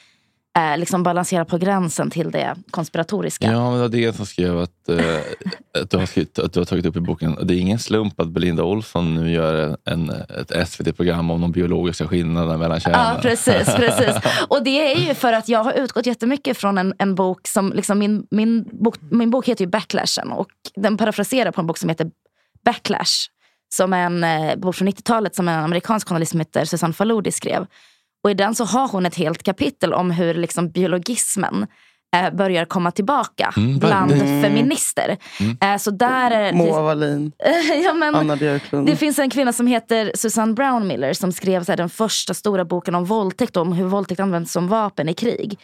Speaker 10: eh, liksom balanserar på gränsen till det konspiratoriska.
Speaker 1: Ja, men det var det som skrev att, eh, att, du har skrivit, att du har tagit upp i boken. Det är ingen slump att Belinda Olsson nu gör en, ett SVT-program om de biologiska skillnaderna mellan könen.
Speaker 10: Ja, precis, precis. Och det är ju för att jag har utgått jättemycket från en, en bok som, liksom min, min, bok, min bok heter ju Backlashen och den parafraserar på en bok som heter Backlash. Som är en eh, bok från 90-talet som en amerikansk journalist som heter Susanne Faludi skrev. Och i den så har hon ett helt kapitel om hur liksom biologismen eh, börjar komma tillbaka
Speaker 7: Mm,
Speaker 10: bland
Speaker 7: verkligen.
Speaker 10: feminister. Eh, så där är
Speaker 7: Moa Wallin,
Speaker 10: ja, men,
Speaker 7: Anna Björklund.
Speaker 10: det finns en kvinna som heter Susanne Brown Miller som skrev så här, den första stora boken om våldtäkt och om hur våldtäkt används som vapen i krig.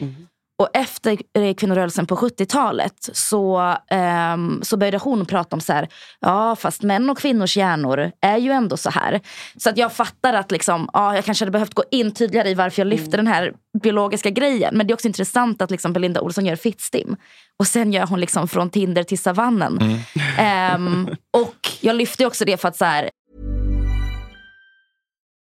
Speaker 10: Och efter eh, kvinnorörelsen på 70-talet så, ehm, så började hon prata om så här, ja fast män och kvinnors hjärnor är ju ändå så här. Så att jag fattar att liksom, ja, jag kanske hade behövt gå in tydligare i varför jag lyfter den här biologiska grejen. Men det är också intressant att liksom Belinda Olsson gör Fittstim. Och sen gör hon liksom från Tinder till savannen. Ehm, och jag lyfte också det för att så här,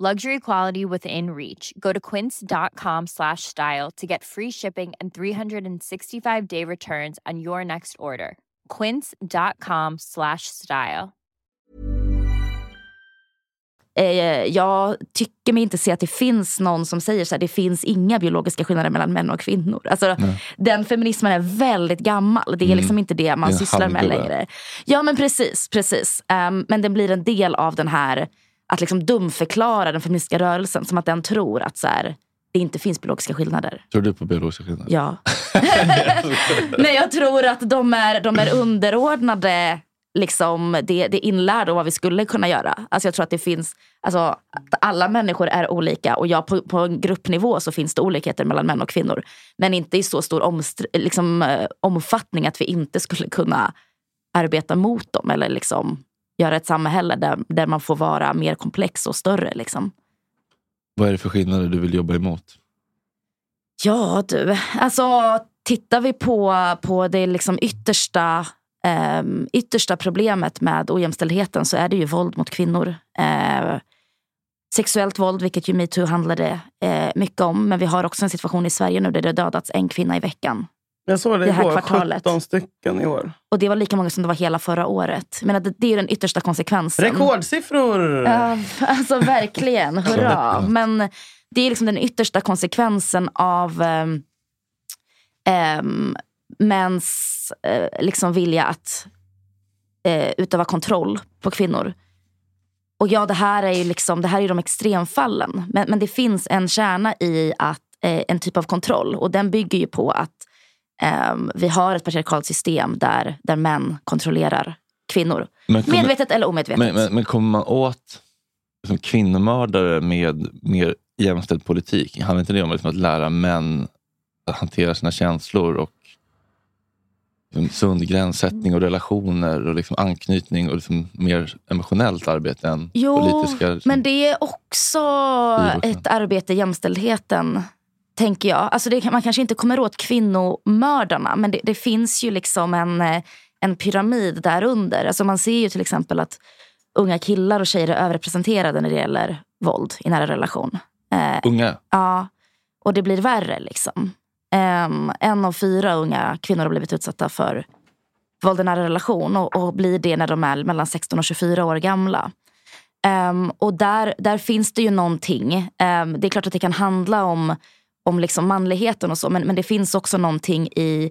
Speaker 13: Luxury quality within reach. Go to quince.com slash style to get free shipping and 365 day returns on your next order. Quince.com slash style.
Speaker 10: Eh, jag tycker mig inte se att det finns någon som säger så här, det finns inga biologiska skillnader mellan män och kvinnor. Alltså,
Speaker 12: Nej.
Speaker 10: den feminismen är väldigt gammal. Det är
Speaker 12: Mm.
Speaker 10: liksom inte det man
Speaker 12: Det är en
Speaker 10: sysslar med
Speaker 12: halmgubbe.
Speaker 10: längre. Ja men precis, precis. Ehm, men den blir en del av den här att liksom dumförklara den feministiska rörelsen som att den tror att så här, det inte finns biologiska skillnader.
Speaker 1: Tror du på biologiska skillnader?
Speaker 10: Ja. Nej, jag tror att de är, de är underordnade liksom, det, det inlärda och vad vi skulle kunna göra. Alltså, jag tror att det finns, alltså, att alla människor är olika och ja, på, på en gruppnivå så finns det olikheter mellan män och kvinnor. Men inte i så stor omstr- liksom, eh, omfattning att vi inte skulle kunna arbeta mot dem eller liksom, göra ett samhälle där, där man får vara mer komplex och större. Liksom.
Speaker 1: Vad är det för skillnader du vill jobba emot?
Speaker 10: Ja du, alltså tittar vi på, på det liksom yttersta, ehm, yttersta problemet med ojämställdheten så är det ju våld mot kvinnor. Eh, sexuellt våld, vilket ju metoo handlade eh, mycket om. Men vi har också en situation i Sverige nu där det har dödats en kvinna i veckan.
Speaker 7: Jag såg det,
Speaker 10: Det här
Speaker 7: igår.
Speaker 10: kvartalet.
Speaker 7: 17 stycken i år.
Speaker 10: Och det var lika många som det var hela förra året. Men det, det är ju den yttersta konsekvensen.
Speaker 7: Rekordsiffror!
Speaker 10: Ja, alltså verkligen, hurra.
Speaker 7: Absolut.
Speaker 10: Men det är liksom den yttersta konsekvensen av um, mäns eh, liksom vilja att eh, utöva kontroll på kvinnor. Och ja, det här är ju liksom, det här är ju de extremfallen. Men, men det finns en kärna i att, eh, en typ av kontroll. Och den bygger ju på att ehm, vi har ett patriarkalt system där, där män kontrollerar kvinnor.
Speaker 1: Men kommer-
Speaker 10: Medvetet eller omedvetet.
Speaker 1: Men, men, men kommer man åt liksom, kvinnomördare med mer jämställd politik? Handlar inte det om liksom, att lära män att hantera sina känslor och liksom, sund gränssättning och relationer och liksom, anknytning och liksom, mer emotionellt arbete än politiska? liksom?
Speaker 10: men det är också
Speaker 1: Biverkan.
Speaker 10: ett arbete i jämställdheten. Tänker jag. Alltså det, kan- man kanske inte kommer åt kvinnomördarna men det, det finns ju liksom en, eh, en pyramid där under. Alltså man ser ju till exempel att unga killar och tjejer är överrepresenterade när det gäller våld i nära relation. Eh,
Speaker 1: Unga?
Speaker 10: Ja, och det blir värre. liksom. Ehm, en av fyra unga kvinnor har blivit utsatta för våld i nära relation och, och blir det när de är mellan 16 och 24 år gamla. Ehm, och där, där finns det ju någonting. Ehm, det är klart att det kan handla om, om liksom manligheten och så men, men det finns också någonting i,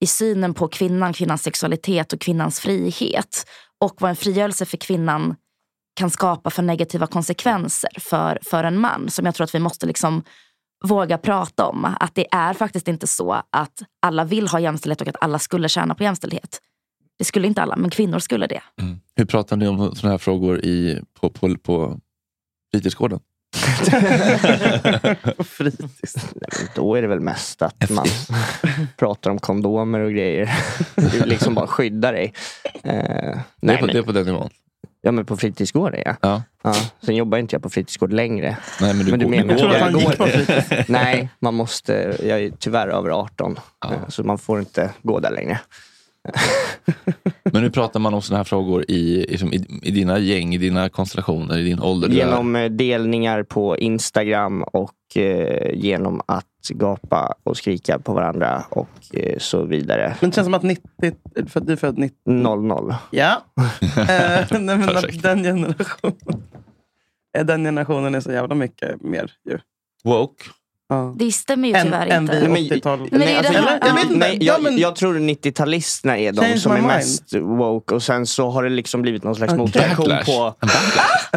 Speaker 10: i synen på kvinnan, kvinnans sexualitet och kvinnans frihet. Och vad en frigörelse för kvinnan kan skapa för negativa konsekvenser för, för en man. Som jag tror att vi måste liksom våga prata om. Att det är faktiskt inte så att alla vill ha jämställdhet och att alla skulle tjäna på jämställdhet. Det skulle inte alla, men kvinnor skulle det.
Speaker 1: Liksom, Hur pratar ni om sådana här frågor i, på, på, på fritidsgården?
Speaker 2: Fritids. Då är det väl mest att man pratar om kondomer och grejer. Du liksom bara skydda dig. Eh, nej,
Speaker 1: på-
Speaker 2: men-
Speaker 1: det är på den nivån?
Speaker 2: Ja, men på fritidsgården ja.
Speaker 1: ja.
Speaker 2: Sen jobbar inte jag på fritidsgård längre.
Speaker 1: Nej, men du går- du
Speaker 2: jag
Speaker 1: går där.
Speaker 2: går
Speaker 1: Jag tror att han gick på fritids.
Speaker 2: Nej, man måste, jag är tyvärr över 18. eh, Så man får inte gå där längre.
Speaker 1: Men nu pratar man om sådana här frågor i, i, som i, i dina gäng, i dina konstellationer, i din ålder? du är.
Speaker 2: Genom eh, delningar på Instagram och eh, genom att gapa och skrika på varandra och eh, så vidare.
Speaker 7: Men det känns som att 90, för att du är född 90.
Speaker 2: 00.
Speaker 7: Ja. Eh, nej, men att den generationen. eh, Den generationen är så jävla mycket mer ju.
Speaker 1: Woke?
Speaker 10: Det stämmer ju tyvärr
Speaker 7: än
Speaker 10: inte.
Speaker 2: Nej,
Speaker 7: vi
Speaker 2: men-
Speaker 7: 80-tal.
Speaker 10: Men det är det här-
Speaker 2: jag,
Speaker 10: Ja.
Speaker 2: nej,
Speaker 7: Ja,
Speaker 2: jag, jag tror 90-talisterna är
Speaker 7: Change
Speaker 2: de som
Speaker 7: my
Speaker 2: är
Speaker 7: mind.
Speaker 2: mest woke och sen så har det liksom blivit någon slags
Speaker 7: Okej.
Speaker 2: motreaktion
Speaker 7: Backlash.
Speaker 2: på...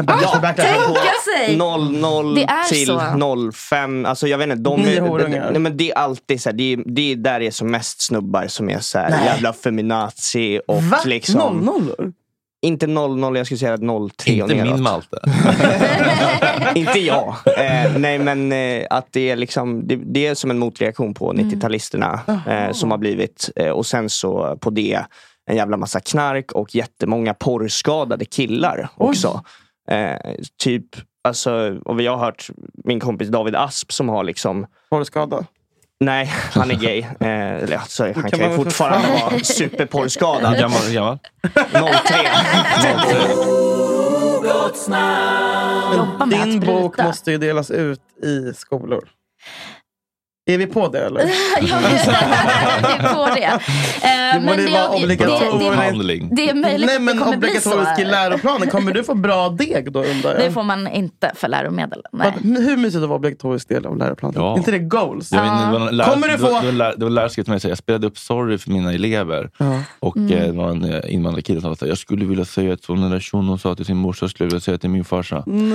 Speaker 7: Backlash, backlash.
Speaker 2: Tänka
Speaker 10: sig!
Speaker 2: 00
Speaker 10: Det är
Speaker 2: till
Speaker 10: så.
Speaker 2: 05. Alltså jag vet inte, de
Speaker 7: Ni
Speaker 2: är,
Speaker 7: horungar.
Speaker 2: nej, men det är alltid så här, det, är, det är där det är som mest snubbar som är så här,
Speaker 7: Nej.
Speaker 2: jävla feminazi och
Speaker 7: Va?
Speaker 2: liksom...
Speaker 7: 00?
Speaker 2: Inte 00, jag skulle säga 03 och
Speaker 1: Inte min
Speaker 2: neråt.
Speaker 1: Malte.
Speaker 2: Inte jag. Eh, nej men eh, att det är liksom, det, det är som en motreaktion på 90-talisterna eh, som har blivit. Eh, och sen så på det en jävla massa knark och jättemånga porrskadade killar också. Eh, typ, alltså, och jag har hört min kompis David Asp som har liksom
Speaker 7: Porrskada?
Speaker 2: Nej, han är gay. Eh, eller, alltså, han kan,
Speaker 7: kan man
Speaker 2: ju
Speaker 7: väl för
Speaker 2: fortfarande
Speaker 7: fan.
Speaker 2: vara superporrskadad.
Speaker 1: Hur gammal- hur gammal?
Speaker 10: Liksom.
Speaker 2: 03.
Speaker 7: Men Din bok måste ju delas ut i skolor. Är vi på det eller?
Speaker 10: på det. Eh,
Speaker 7: Det borde vara
Speaker 10: det- det-
Speaker 7: obligatoriskt.
Speaker 10: det är möjligt
Speaker 7: Nej,
Speaker 10: att det
Speaker 7: men
Speaker 10: kommer bli så
Speaker 7: obligatoriskt i
Speaker 10: här.
Speaker 7: läroplanen. Kommer du få bra deg då undrar
Speaker 10: Det
Speaker 7: jag?
Speaker 10: får man inte för läromedel. Nej.
Speaker 7: Vad- Hur mysigt att vara obligatoriskt del av läroplanen?
Speaker 1: Ja.
Speaker 7: inte det goals?
Speaker 1: Det var, det var, en lärare-
Speaker 7: Kommer du
Speaker 1: det var, det
Speaker 7: få...
Speaker 1: var, lär- det var lärare som skrev till mig att jag spelade upp sorry för mina elever.
Speaker 7: Ja.
Speaker 1: Och
Speaker 7: Mm.
Speaker 1: eh, det var en eh, invandrarkille som sa jag skulle vilja säga att hon, den där shunon sa till sin morsa, skulle jag vilja säga till min farsa.
Speaker 10: Åh, men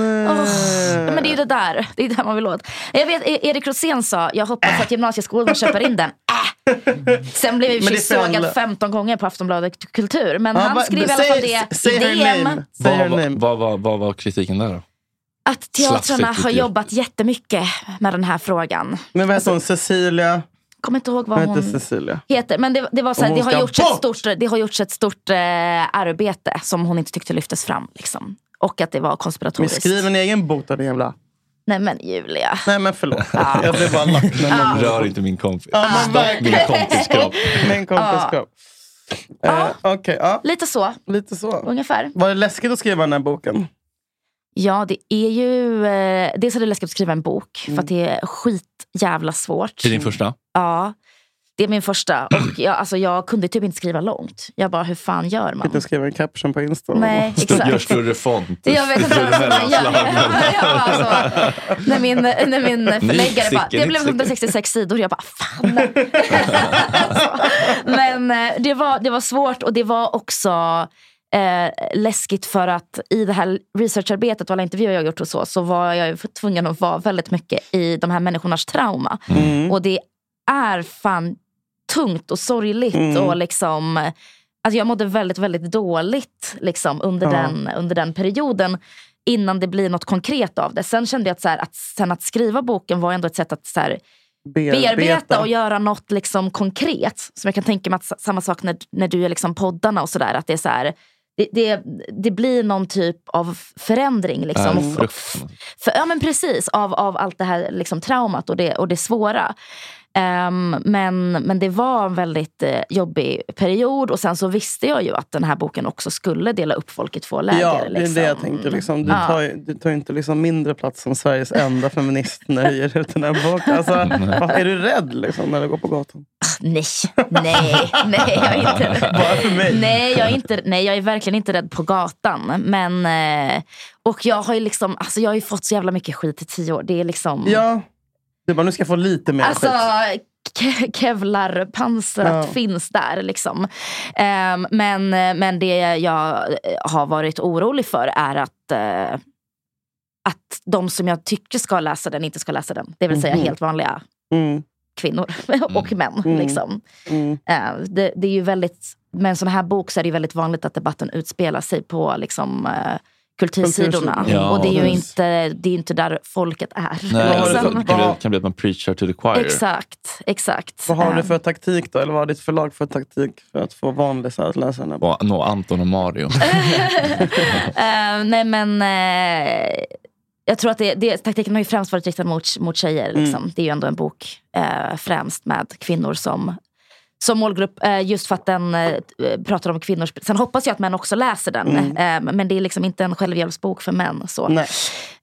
Speaker 10: det är ju det där. Det är det man vill åt. Jag vet, E- Erik Rosén sa, jag hoppas att gymnasieskolorna köper in den. Äh. Sen blev jag i och för
Speaker 7: Men
Speaker 10: sig
Speaker 7: det är fel.
Speaker 10: sågad 15 gånger på Aftonbladet Kultur. Men
Speaker 7: Ja,
Speaker 10: han
Speaker 7: va-
Speaker 10: skrev i alla
Speaker 7: säg-
Speaker 10: fall det
Speaker 7: säg
Speaker 10: i
Speaker 7: her
Speaker 10: DM.
Speaker 7: name. Säg her
Speaker 1: Vad vad- vad var vad var kritiken där då?
Speaker 10: Att teatrarna
Speaker 1: Slafsigt
Speaker 10: har
Speaker 1: ju.
Speaker 10: jobbat jättemycket med den här frågan.
Speaker 7: Men vad heter hon? Cecilia?
Speaker 10: Kommer inte ihåg vad
Speaker 7: Vad heter
Speaker 10: hon
Speaker 7: Cecilia?
Speaker 10: heter. Men det, det var så här,
Speaker 7: Om
Speaker 10: det
Speaker 7: hon
Speaker 10: har
Speaker 7: ska
Speaker 10: gjorts ett
Speaker 7: bort!
Speaker 10: stort, det har gjorts ett stort eh, arbete som hon inte tyckte lyftes fram. Liksom. Och att det var
Speaker 7: Men
Speaker 10: konspiratoriskt.
Speaker 7: skriv en egen bok då din jävla...
Speaker 10: Nej men Julia.
Speaker 7: Nej men förlåt. Jag blev bara lack. Nej, men-
Speaker 1: Rör inte min kompis.
Speaker 7: Ja, men
Speaker 1: Stopp min
Speaker 7: verkligen.
Speaker 1: kompis kropp.
Speaker 7: Min kompiskap. Eh, Okej, ja.
Speaker 10: Lite så.
Speaker 7: Lite så.
Speaker 10: Ungefär.
Speaker 7: Var det läskigt att skriva den här boken?
Speaker 10: Ja, det är ju... Eh, dels är det läskigt att skriva en bok, för att
Speaker 7: Mm.
Speaker 10: det är skitjävla svårt.
Speaker 1: Till din första?
Speaker 10: Ja, det är min första. Och jag, alltså, jag kunde typ inte skriva långt. Jag bara, hur fan gör man?
Speaker 7: Mm. Inte skriva en caption på Insta.
Speaker 10: Nej, exakt.
Speaker 1: Gör större font.
Speaker 10: Jag vet inte vad man gör. Jag bara så, när, min, när min förläggare bara,
Speaker 1: Nyfiken,
Speaker 10: det blev
Speaker 1: nyfiken.
Speaker 10: 166 sidor. Jag bara, fan. alltså, men eh, det var, det var svårt och det var också eh, läskigt för att i det här researcharbetet och alla intervjuer jag gjort och så, så var jag ju tvungen att vara väldigt mycket i de här människornas trauma.
Speaker 12: Mm.
Speaker 10: Och det är fan tungt och sorgligt
Speaker 12: Mm.
Speaker 10: och liksom Alltså jag mådde väldigt, väldigt dåligt liksom, under,
Speaker 12: Ja.
Speaker 10: den, under den perioden. Innan det blir något konkret av det. Sen kände jag att, så här, att, sen att skriva boken var ändå ett sätt att så här, bearbeta. och göra något liksom, konkret. Som jag kan tänka mig att sa- samma sak när, när du gör liksom, poddarna och sådär. Att det är så här, det, det, det blir någon typ av förändring. Liksom,
Speaker 12: Mm.
Speaker 10: och, och, för, ja men precis, av, av allt det här liksom, traumat och det, och det svåra. Ehm, men, men det var en väldigt eh, jobbig period och sen så visste jag ju att den här boken också skulle dela upp folk i två läger.
Speaker 7: ja, det är
Speaker 10: liksom. Mm.
Speaker 7: det jag tänker. Liksom. Du,
Speaker 10: Ja.
Speaker 7: tar, ju- du tar ju inte liksom mindre plats som Sveriges enda feminist när du ger ut den här boken. Alltså, vad- är du rädd liksom, när du går på gatan?
Speaker 10: Ah, Nej, nej, nej. Jag är inte
Speaker 7: Bara för mig.
Speaker 10: Nej jag, är inte, nej, jag är verkligen inte rädd på gatan. Men, eh, och jag har ju liksom, alltså jag har ju fått så jävla mycket skit i tio år. Det är liksom...
Speaker 7: Ja. Du bara, nu ska jag få lite mer
Speaker 10: Alltså,
Speaker 7: skit.
Speaker 10: ke- kevlarpansret
Speaker 7: Ja.
Speaker 10: finns där. Liksom. Ehm, men, men det jag eh, har varit orolig för är att, eh, att de som jag tycker ska läsa den inte ska läsa den. Det vill säga
Speaker 12: Mhm.
Speaker 10: helt vanliga
Speaker 7: Mm.
Speaker 10: kvinnor och män.
Speaker 12: Mm.
Speaker 10: Liksom.
Speaker 7: Mm.
Speaker 10: Eh, det, det är ju väldigt, med en sån här bok så är det ju väldigt vanligt att debatten utspelar sig på liksom, eh, kultursidorna.
Speaker 1: Ja,
Speaker 10: och det är ju
Speaker 1: precis.
Speaker 10: inte, det är ju inte där folket är.
Speaker 1: Nej,
Speaker 10: liksom.
Speaker 1: det kan bli, kan bli att man preachar to the choir.
Speaker 10: Exakt, exakt.
Speaker 7: Vad har du
Speaker 10: Eh,
Speaker 7: för taktik då? Eller vad har ditt förlag för taktik för att få vanliga att läsa den här boken?
Speaker 1: Och Nå Anton och Mario.
Speaker 10: Eh, nej men, eh, jag tror att det, det, taktiken har ju främst varit riktad mot, mot tjejer. Liksom.
Speaker 12: Mm.
Speaker 10: Det är ju ändå en bok eh, främst med kvinnor som, som målgrupp. Eh, just för att den eh, pratar om kvinnors... Sen hoppas jag att män också läser den. Eh, men det är liksom inte en självhjälpsbok för män. Så.
Speaker 7: Mm. Nej.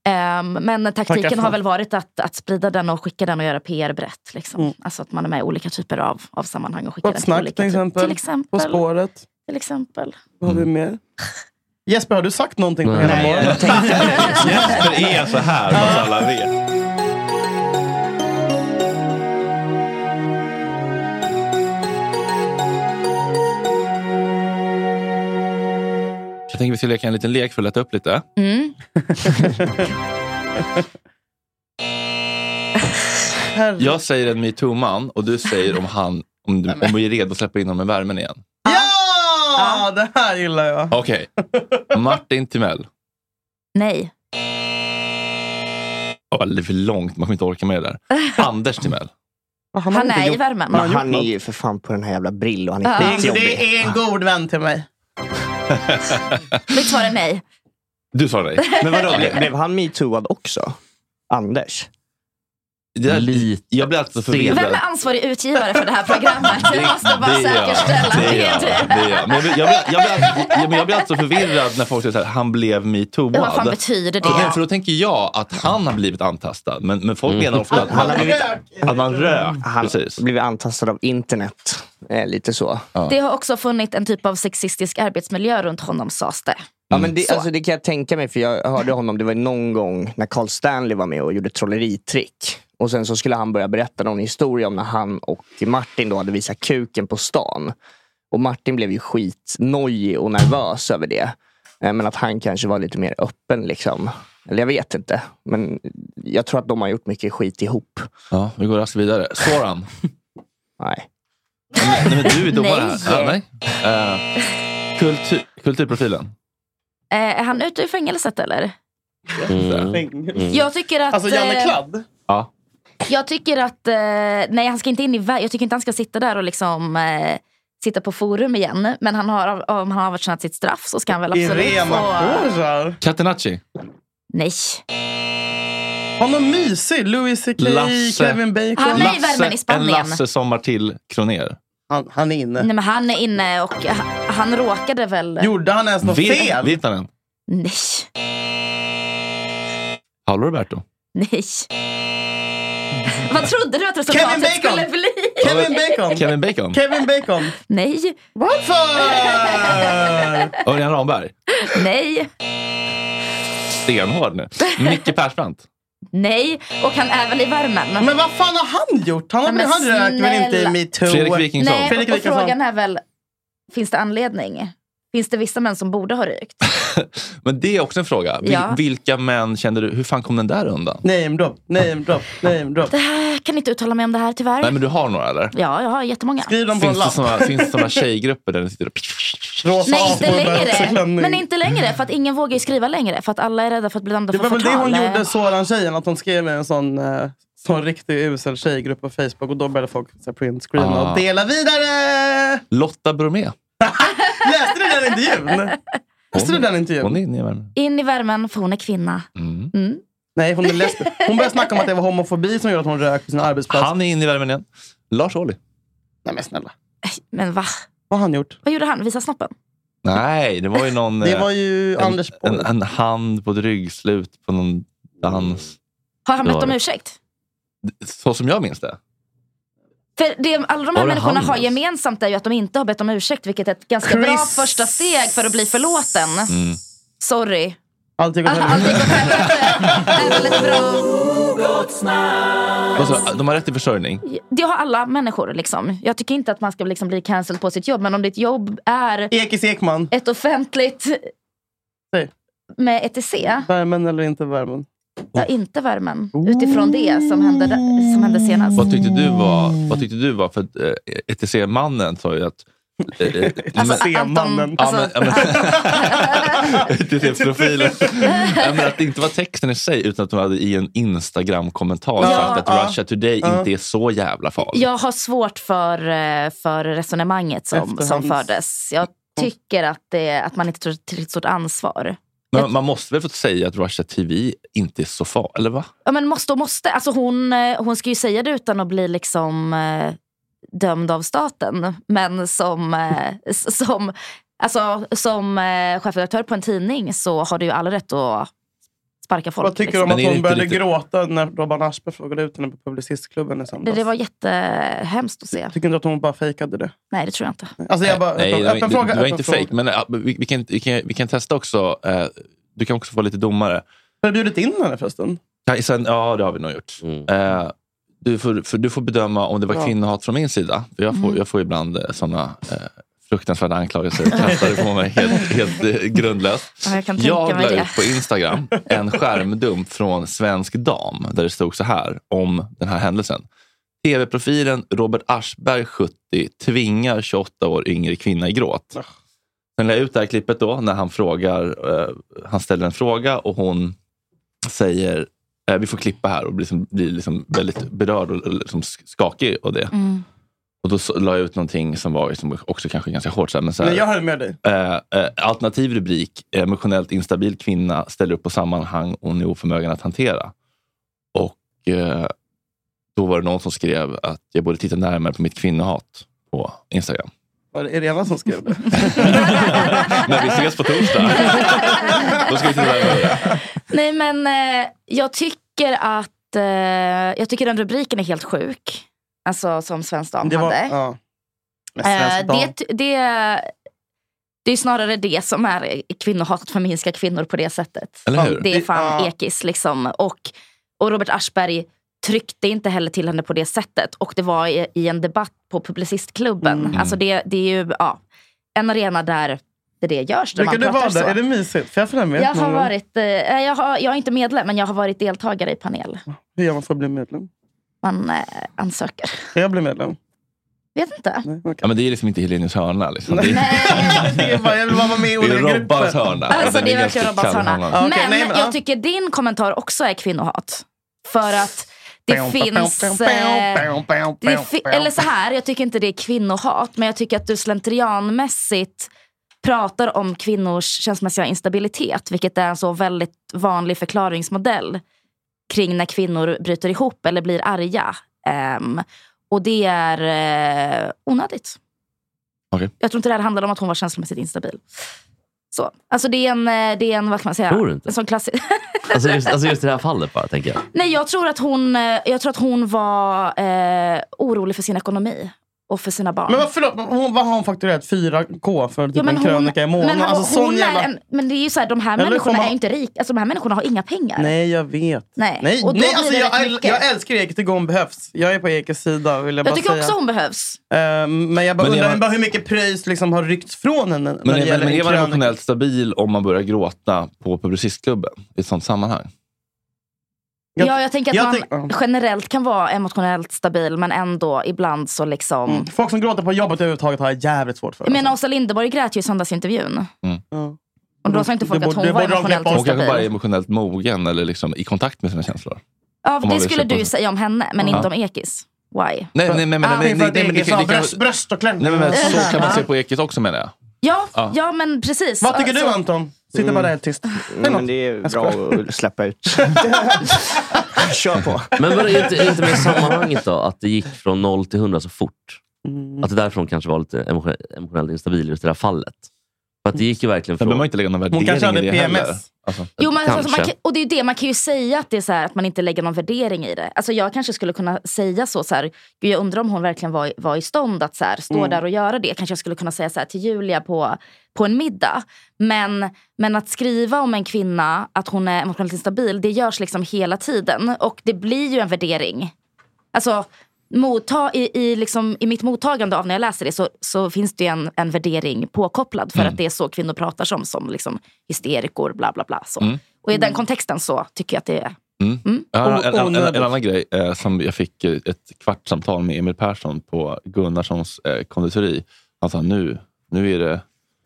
Speaker 10: Eh, men taktiken
Speaker 7: Tacka
Speaker 10: har
Speaker 7: fan.
Speaker 10: väl varit att, att sprida den och skicka den och göra PR brett. Liksom. Alltså att man är med i olika typer av, av sammanhang och skickar
Speaker 7: Gott
Speaker 10: den
Speaker 7: Mm. snack till
Speaker 10: olika typ-
Speaker 7: exempel.
Speaker 10: Till exempel.
Speaker 7: På spåret.
Speaker 10: Till exempel.
Speaker 7: Vad har vi mer? Jesper, har du sagt någonting på hela
Speaker 1: Mm. Nej,
Speaker 7: morgonen?
Speaker 1: jag tänkte- Jesper är så här, fast alla vet. Jag tänker vi ska leka en liten lek för att lätta upp lite.
Speaker 10: Mm.
Speaker 1: Jag säger en metoo-man och du säger om, han, om, du, om vi är redo att släppa in honom i värmen igen.
Speaker 7: Ja! Det här gillar jag.
Speaker 1: Okej. Martin Timell.
Speaker 10: Nej.
Speaker 1: Oh, det är för långt, man kommer inte orka med det där. Anders Timell.
Speaker 10: Han, är i värmen.
Speaker 2: Men han är ju för fan på den här jävla Brillo. Han är
Speaker 7: Det är,
Speaker 2: skitjobbig.
Speaker 7: det är en god vän till mig.
Speaker 10: Mitt svar är nej.
Speaker 1: Du sa nej.
Speaker 2: Men vadå, blev, blev han metooad också? Anders?
Speaker 1: Det där, jag blir alltid så
Speaker 10: Vem
Speaker 1: förvirrad.
Speaker 10: är ansvarig utgivare för det här programmet? Vi måste bara
Speaker 1: är jag.
Speaker 10: säkerställa
Speaker 1: Det är jag. Det är jag. Men jag, blir- jag, blir- jag, blir alltid- ja, men jag blir alltid så förvirrad när folk säger så här, han blev metooad.
Speaker 10: Vad fan betyder det?
Speaker 1: Ja, för då tänker jag att han har blivit antastad. Men, men folk menar ofta att
Speaker 2: Han
Speaker 1: man,
Speaker 2: har blivit-
Speaker 1: att man rök.
Speaker 2: Han blev antastad av internet. Eh, lite så.
Speaker 10: Det har också funnit en typ av sexistisk arbetsmiljö runt honom sades det.
Speaker 2: Ja,
Speaker 1: Mm.
Speaker 2: men det, alltså, det kan jag tänka mig, för jag hörde honom, det var någon gång när Carl Stanley var med och gjorde trolleritrick. Och sen så skulle han börja berätta någon historia om när han och Martin då hade visat kuken på stan. Och Martin blev ju skitnojig och nervös över det. Eh, Men att han kanske var lite mer öppen liksom. Eller jag vet inte. Men jag tror att de har gjort mycket skit ihop.
Speaker 1: Ja, vi går raskt vidare. Soran?
Speaker 2: Nej.
Speaker 1: Nej, men du är domare
Speaker 10: Nej.
Speaker 1: här. Ja, nej. Eh, kultur, kulturprofilen.
Speaker 10: Eh, är han ute ur fängelset eller? Mm.
Speaker 1: Mm.
Speaker 10: Jag tycker att...
Speaker 7: Alltså Janne
Speaker 10: eh,
Speaker 7: Kladd?
Speaker 1: Ja.
Speaker 10: Jag tycker att, eh, nej han ska inte in i vä- jag tycker inte han ska sitta där och liksom eh, sitta på forum igen. Men han har, om han har avtjänat sitt straff så ska han väl absolut få...
Speaker 7: Porrar.
Speaker 1: Catenacci?
Speaker 10: Nej.
Speaker 7: Han var mysig. Louis CK,
Speaker 1: Lasse.
Speaker 7: Kevin Bacon.
Speaker 10: Han är i värmen i
Speaker 1: En
Speaker 10: Spanien.
Speaker 1: Lasse Sommar till Kroner.
Speaker 7: Han, han är inne.
Speaker 10: Nej men han är inne och han, han råkade väl...
Speaker 7: Gjorde han ens något
Speaker 1: Vir-
Speaker 7: fel?
Speaker 1: Virtanen?
Speaker 10: Nej,
Speaker 1: Paolo Roberto?
Speaker 10: nej. Vad trodde du att
Speaker 7: Kevin
Speaker 10: resultatet
Speaker 7: Bacon!
Speaker 10: skulle bli?
Speaker 7: Kevin Bacon!
Speaker 1: Kevin Bacon?
Speaker 7: Kevin Bacon!
Speaker 10: Nej.
Speaker 7: Varför?
Speaker 1: Äh. Örjan Ramberg?
Speaker 10: Nej,
Speaker 1: Stenhård nu. Micke Persbrandt?
Speaker 10: nej. Och han är väl i värmen.
Speaker 7: Men vad fan har han gjort? Han, har-
Speaker 10: Nej, men
Speaker 7: han rök väl inte i
Speaker 10: snälla.
Speaker 7: metoo?
Speaker 1: Fredrik Wikingsson.
Speaker 10: Nej,
Speaker 7: Fredrik
Speaker 10: och, och
Speaker 7: Wikingsson.
Speaker 10: frågan är väl, finns det anledning? Finns det vissa män som borde ha rykt?
Speaker 1: Men det är också en fråga. Vil-
Speaker 10: Ja.
Speaker 1: Vilka män kände du, hur fan kom den där undan?
Speaker 7: Name drop, name drop, name drop.
Speaker 10: Det här, jag kan inte uttala mig om det här tyvärr.
Speaker 1: Nej men du har några eller?
Speaker 10: Ja, jag har jättemånga.
Speaker 7: Skriv dem
Speaker 1: Finns det, såna, finns det såna tjejgrupper där ni sitter och...
Speaker 10: Nej, inte längre.
Speaker 7: klänning.
Speaker 10: Men inte längre, för att ingen vågar ju skriva längre. För att alla är rädda för att bli dömda
Speaker 7: Det
Speaker 10: för
Speaker 7: var väl det
Speaker 10: förtal.
Speaker 7: hon gjorde, Soran-tjejen, att hon skrev i en sån, eh, sån riktig usel tjejgrupp på Facebook och då började folk så här, printscreena
Speaker 1: Ah.
Speaker 7: och dela vidare!
Speaker 1: Lotta Bromé.
Speaker 7: Läste du den intervjun? Läste du den intervjun?
Speaker 1: Hon är inne i värmen.
Speaker 10: In i värmen, för hon är kvinna. Mm.
Speaker 7: Nej, hon är lesbisk. Hon började snacka om att det var homofobi som gjorde att hon rök på sin arbetsplats.
Speaker 1: Han är inne i värmen igen. Lars Ohly.
Speaker 7: Nej men snälla.
Speaker 10: Men va?
Speaker 7: Vad har han gjort?
Speaker 10: Vad gjorde han? Visa snoppen?
Speaker 1: Nej, det var ju någon...
Speaker 7: Det
Speaker 1: eh,
Speaker 7: var ju
Speaker 1: en,
Speaker 7: Anders
Speaker 1: en, en hand på ett ryggslut på någon dans.
Speaker 10: Har han
Speaker 1: Det
Speaker 10: bett
Speaker 1: var
Speaker 10: om
Speaker 1: det.
Speaker 10: ursäkt?
Speaker 1: Så som jag minns det.
Speaker 10: För det, alla de här
Speaker 1: Var det
Speaker 10: människorna
Speaker 1: han?
Speaker 10: har gemensamt är ju att de inte har bett om ursäkt, vilket är ett ganska bra
Speaker 7: Chris.
Speaker 10: första steg för att bli förlåten. Sorry.
Speaker 7: Allt gick åt
Speaker 10: Allt
Speaker 7: helvete.
Speaker 10: gick åt helvete. Det är väldigt bra.
Speaker 1: Alltså, de har rätt till försörjning.
Speaker 10: Det har alla människor. Liksom. Jag tycker inte att man ska liksom bli cancelled på sitt jobb, men om ditt jobb är
Speaker 7: Ekis Ekman.
Speaker 10: ett offentligt
Speaker 7: Säg.
Speaker 10: med ETC,
Speaker 7: Värmen eller inte värmen?
Speaker 10: ja, inte värmen.
Speaker 7: Oh.
Speaker 10: Utifrån det som hände, som hände senast.
Speaker 1: Vad tyckte du
Speaker 10: Mm.
Speaker 1: var... Vad tyckte du var för eh, ETC-mannen sa ju att... eh, eh,
Speaker 10: Alltså,
Speaker 1: men-
Speaker 10: Anton, alltså,
Speaker 1: ja, men, ja, men, ETC-profilen. ja, men att det inte var texten i sig, utan att de hade i en Instagram-kommentar
Speaker 10: Ja,
Speaker 1: sagt att
Speaker 10: ja.
Speaker 1: Russia Today
Speaker 10: Ja.
Speaker 1: inte är så jävla farlig.
Speaker 10: Jag har svårt för, eh, för resonemanget som, som
Speaker 1: Efterhands-
Speaker 10: fördes. Jag tycker att, det, att man inte tar tillräckligt stort ansvar.
Speaker 1: Men man måste väl få säga att Russia TV inte är så farlig, eller va?
Speaker 10: Ja, men måste och måste. Alltså hon, eh, hon ska ju säga det utan att bli liksom, eh, dömd av staten. Men som, eh, s- som, alltså, som eh, chefredaktör på en tidning så har du ju all rätt att sparka folk.
Speaker 7: Vad tycker du
Speaker 10: liksom.
Speaker 7: om att hon började gråta när Robban Aschberg frågade ut henne på Publicistklubben i
Speaker 10: Det,
Speaker 7: söndags?
Speaker 10: det var jättehemskt att se.
Speaker 7: Tycker du att hon bara fejkade det?
Speaker 10: Nej, det tror jag inte.
Speaker 7: Alltså jag bara,
Speaker 1: Nej,
Speaker 7: öppen,
Speaker 1: det var,
Speaker 7: öppen
Speaker 1: det,
Speaker 7: fråga.
Speaker 1: det var
Speaker 7: öppen
Speaker 1: inte
Speaker 7: fråga.
Speaker 1: fake. Men eh, vi, vi, kan, vi, kan, vi kan testa också. Eh, du kan också få lite domare.
Speaker 7: Har du bjudit in henne förresten?
Speaker 1: Ja, sen, ja det har vi nog gjort. Eh, du, får, för du får bedöma om det var
Speaker 7: Ja.
Speaker 1: kvinnohat från min sida. För jag, får,
Speaker 7: Mm.
Speaker 1: jag får ibland eh, sådana eh, fruktansvärda anklagelser kastade på mig helt, helt eh, grundlöst.
Speaker 10: Ja, jag kan tänka
Speaker 1: Jag
Speaker 10: mig
Speaker 1: la
Speaker 10: det.
Speaker 1: ut på Instagram en skärmdump från Svensk Dam där det stod så här om den här händelsen. TV-profilen Robert Aschberg, 70, tvingar 28 år yngre kvinna i gråt. Sen la jag ut det här klippet då när han frågar, eh, han ställer en fråga och hon säger eh, vi får klippa här och blir, liksom, blir liksom väldigt berörd och och liksom skakig av det.
Speaker 10: Mm.
Speaker 1: Och då så- la jag ut någonting som var liksom också kanske ganska hårt. Så här, men så här,
Speaker 7: Nej, jag höll med dig.
Speaker 1: Eh, eh, alternativ rubrik, emotionellt instabil kvinna ställer upp på sammanhang hon är oförmögen att hantera. Och eh, Då var det någon som skrev att jag borde titta närmare på mitt kvinnohat på Instagram.
Speaker 7: Var det Irena som skrev det?
Speaker 1: När vi ses på torsdag. Då ska vi titta närmare på det.
Speaker 10: Nej men eh, jag tycker att eh, jag tycker den rubriken är helt sjuk. Alltså som Svensk Dam
Speaker 7: Det var,
Speaker 10: hade.
Speaker 7: ja. Men
Speaker 10: Eh,
Speaker 7: Svensk Dam.
Speaker 10: det, det, det är snarare det som är kvinnohat, att förminska kvinnor på det sättet.
Speaker 7: Eller hur?
Speaker 10: Det är fan
Speaker 7: Ja.
Speaker 10: ekis liksom. Och, och Robert Aschberg tryckte inte heller till henne på det sättet. Och det var i, i en debatt på Publicistklubben.
Speaker 7: Mm.
Speaker 10: Alltså det, det är ju ja, en arena där det, det görs. Där
Speaker 7: Brukar
Speaker 10: man
Speaker 7: du
Speaker 10: pratar
Speaker 7: vara
Speaker 10: så.
Speaker 7: där? Är det mysigt? För jag följer med
Speaker 10: Jag
Speaker 7: någon
Speaker 10: har
Speaker 7: gång.
Speaker 10: varit, eh, jag, har, jag är inte medlem, men jag har varit deltagare i panel.
Speaker 7: Hur gör man för att bli medlem?
Speaker 10: Man eh, ansöker.
Speaker 7: Ska jag bli medlem?
Speaker 10: Vet inte.
Speaker 1: Ja, men det är liksom inte Helenius hörna. Liksom. Det, är,
Speaker 7: det är bara, jag vill bara vara med i
Speaker 1: det
Speaker 7: olika
Speaker 1: är Robbans
Speaker 7: grupper.
Speaker 1: hörna.
Speaker 10: Alltså,
Speaker 1: Den
Speaker 10: det är
Speaker 1: ganska
Speaker 10: verkligen Robbans
Speaker 1: kall
Speaker 10: hörna.
Speaker 1: hörna.
Speaker 10: men jag tycker din kommentar också är kvinnohat. För att det finns... eh, Det fi- eller så här, jag tycker inte det är kvinnohat, men jag tycker att du slentrianmässigt pratar om kvinnors känslomässiga instabilitet, vilket är en så väldigt vanlig förklaringsmodell kring när kvinnor bryter ihop eller blir arga. Ehm, och det är eh, onödigt.
Speaker 1: Okej.
Speaker 10: Jag tror inte det här handlade om att hon var känslomässigt instabil. Så. Alltså det är en, eh, det är en vad kan man säga?
Speaker 11: Tror du inte?
Speaker 10: En sån klassisk...
Speaker 11: Alltså just, alltså just i det här fallet bara, tänker jag.
Speaker 10: Nej, jag tror att hon, eh, jag tror att hon var eh, orolig för sin ekonomi och för sina barn.
Speaker 7: Men vad, förlåt, men hon, vad har hon fakturerat? 4K för typ
Speaker 10: Ja, men
Speaker 7: en krönika i månaden?
Speaker 10: men hon,
Speaker 7: alltså, sån
Speaker 10: hon
Speaker 7: jävla...
Speaker 10: är en, men det är ju så här, de här
Speaker 7: Eller får
Speaker 10: människorna
Speaker 7: man-
Speaker 10: är ju inte rika. Alltså, de här människorna har inga pengar.
Speaker 7: Nej, jag vet.
Speaker 10: Nej.
Speaker 7: Nej,
Speaker 10: Och
Speaker 7: nej
Speaker 10: då blir
Speaker 7: alltså,
Speaker 10: det
Speaker 7: jag,
Speaker 10: rätt
Speaker 7: äl-
Speaker 10: mycket.
Speaker 7: jag älskar Eke till hon behövs. Jag är på Ekes sida vill jag,
Speaker 10: Jag,
Speaker 7: bara
Speaker 10: tycker
Speaker 7: säga.
Speaker 10: också hon behövs.
Speaker 7: Eh, men jag bara
Speaker 1: Men är
Speaker 7: undrar
Speaker 1: man-
Speaker 7: bara hur mycket pröjs liksom har ryckts från henne. när
Speaker 1: Men,
Speaker 7: det
Speaker 1: är,
Speaker 7: gäller
Speaker 1: men
Speaker 7: en
Speaker 1: är man
Speaker 7: krönika.
Speaker 1: emotionellt stabil om man börjar gråta på Publicistklubben i ett sånt sammanhang?
Speaker 7: Jag-
Speaker 10: ja, jag tänker att
Speaker 7: jag
Speaker 10: man
Speaker 7: tänk- ja.
Speaker 10: generellt kan vara emotionellt stabil, men ändå ibland så liksom...
Speaker 7: Mm. Folk som gråter på jobbet överhuvudtaget har jag jävligt svårt för.
Speaker 10: Jag menar, Åsa Linderborg grät ju i söndagsintervjun.
Speaker 7: Ja.
Speaker 10: Och då sa inte folk
Speaker 7: Det
Speaker 10: att
Speaker 7: borde-
Speaker 10: hon
Speaker 7: det
Speaker 10: var
Speaker 7: borde de
Speaker 10: emotionellt
Speaker 1: Mm. Hon kanske bara är
Speaker 10: stabil.
Speaker 1: emotionellt mogen eller liksom i kontakt med sina känslor.
Speaker 10: Ja,
Speaker 1: om man
Speaker 10: det
Speaker 1: vill
Speaker 10: skulle
Speaker 1: köpa
Speaker 10: du
Speaker 1: sig.
Speaker 10: säga om henne, men
Speaker 1: Ja.
Speaker 10: inte om Ekis. Why?
Speaker 1: Nej, nej, nej, men-
Speaker 10: Ah.
Speaker 1: nej, nej, nej, men det kan- det kan-
Speaker 7: bröst och klänning.
Speaker 1: Nej, men, men, så kan man se på Ekis också menar jag.
Speaker 10: Ja,
Speaker 1: Ja.
Speaker 10: ja. men precis.
Speaker 7: Vad tycker du
Speaker 10: Alltså-
Speaker 7: Anton? Sitter bara helt tyst.
Speaker 2: Mm, men det är bra att släppa ut. Kör på.
Speaker 11: Men var det inte, inte med sammanhanget då? Att det gick från 0 till 100 så fort? Att det därför hon kanske var lite emotion- emotionellt instabil just i det här fallet. För att det gick ju verkligen från...
Speaker 1: behöver inte lägga någon
Speaker 7: Hon kanske värdering i hade det heller. PMS.
Speaker 10: Jo, men alltså, man,
Speaker 11: Kanske.
Speaker 10: kan- och det är ju det, man kan ju säga att det är så här, att man inte lägger någon värdering i det. Alltså, jag kanske skulle kunna säga så, så här, Gud, jag undrar om hon verkligen var, i- var i stånd att så här, stå
Speaker 12: Mm.
Speaker 10: där och göra det. Kanske jag skulle kunna säga så här, till Julia på, på en middag. Men, men att skriva om en kvinna, att hon är emotionellt instabil, det görs liksom hela tiden. Och det blir ju en värdering. Alltså, motta, i, i, liksom, I mitt mottagande av när jag läser det så, så finns det ju en, en värdering påkopplad för
Speaker 12: Mm.
Speaker 10: att det är så kvinnor pratar som, som liksom hysterikor, bla bla bla. Så.
Speaker 1: Mm.
Speaker 10: Och i den kontexten så tycker jag att det är...
Speaker 1: Mm. Jag har en, en, en,
Speaker 10: Onödigt.
Speaker 1: en annan grej eh, som jag fick eh, ett kvartssamtal med Emil Persson på Gunnarssons eh, konditori. Han sa nu, nu, är det,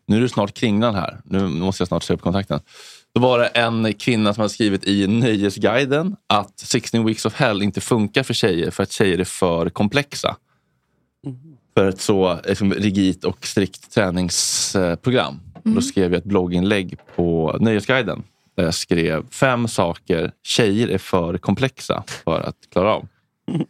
Speaker 1: nu är det snart kringlan här. Nu måste jag snart se upp kontakten. Då var det en kvinna som hade skrivit i Nöjesguiden att 16 weeks of hell inte funkar för tjejer för att tjejer är för komplexa. För ett så liksom, rigitt och strikt träningsprogram.
Speaker 7: Mm.
Speaker 1: Då skrev jag ett blogginlägg på Nöjesguiden. Där jag skrev fem saker tjejer är för komplexa för att klara av.
Speaker 7: Mm.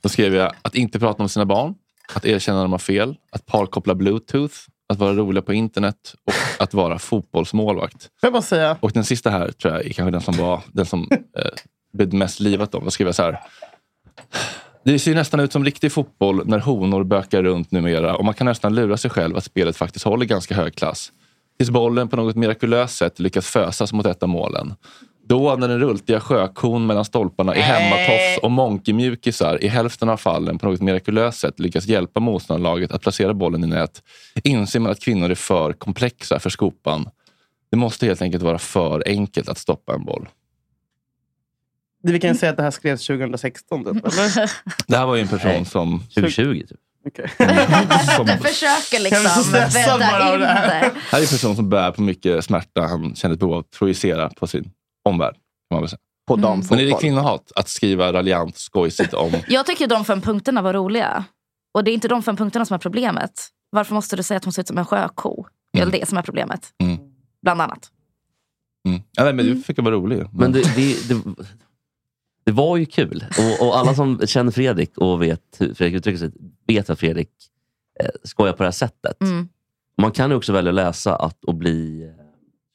Speaker 1: Då skrev jag att inte prata om sina barn, att erkänna när de har fel, att parkoppla bluetooth, att vara roliga på internet och att vara fotbollsmålvakt.
Speaker 7: Får jag bara säga?
Speaker 1: Och den sista här tror jag är kanske den som var den som eh, blev mest livat om. Då skrev jag så här. Det ser ju nästan ut som riktig fotboll när honor bökar runt numera och man kan nästan lura sig själv att spelet faktiskt håller ganska hög klass. Tills bollen på något mirakulöst sätt lyckas fösas mot ett av målen. Då när den rultiga sjökon mellan stolparna i hemmatoffs och monkeymjukisar i hälften av fallen på något mirakulöst sätt lyckas hjälpa motståndarlaget att placera bollen i nät inser man att kvinnor är för komplexa för skopan. Det måste helt enkelt vara för enkelt att stoppa en boll.
Speaker 7: Det- Vi kan ju säga att det här skrevs 2016. Typ, eller?
Speaker 1: Det här var ju en person som...
Speaker 11: 2020 typ.
Speaker 1: som,
Speaker 10: Du försöker
Speaker 7: Jag är så
Speaker 10: liksom
Speaker 7: stressad bara
Speaker 10: vända
Speaker 7: av
Speaker 10: in
Speaker 7: det här.
Speaker 10: det.
Speaker 1: här är en person som bär på mycket smärta han känner ett behov av att projicera på sin omvärld. Kan man väl säga.
Speaker 2: På
Speaker 11: Mm.
Speaker 1: Men är det kvinnohat att skriva raljant skojsigt om...
Speaker 10: Jag tycker de fem punkterna var roliga. Och det är inte de fem punkterna som är problemet. Varför måste du säga att hon ser ut som en sjöko? Det är väl det som är problemet.
Speaker 1: Mm.
Speaker 10: Bland annat.
Speaker 1: Mm. Ja, nej, men du fick vara rolig.
Speaker 11: Men det, det, det, Det var ju kul. Och, och alla som känner Fredrik och vet hur Fredrik uttrycker sig vet att Fredrik eh, skojar på det här sättet.
Speaker 10: Mm.
Speaker 11: Man kan ju också välja att läsa att, och bli eh,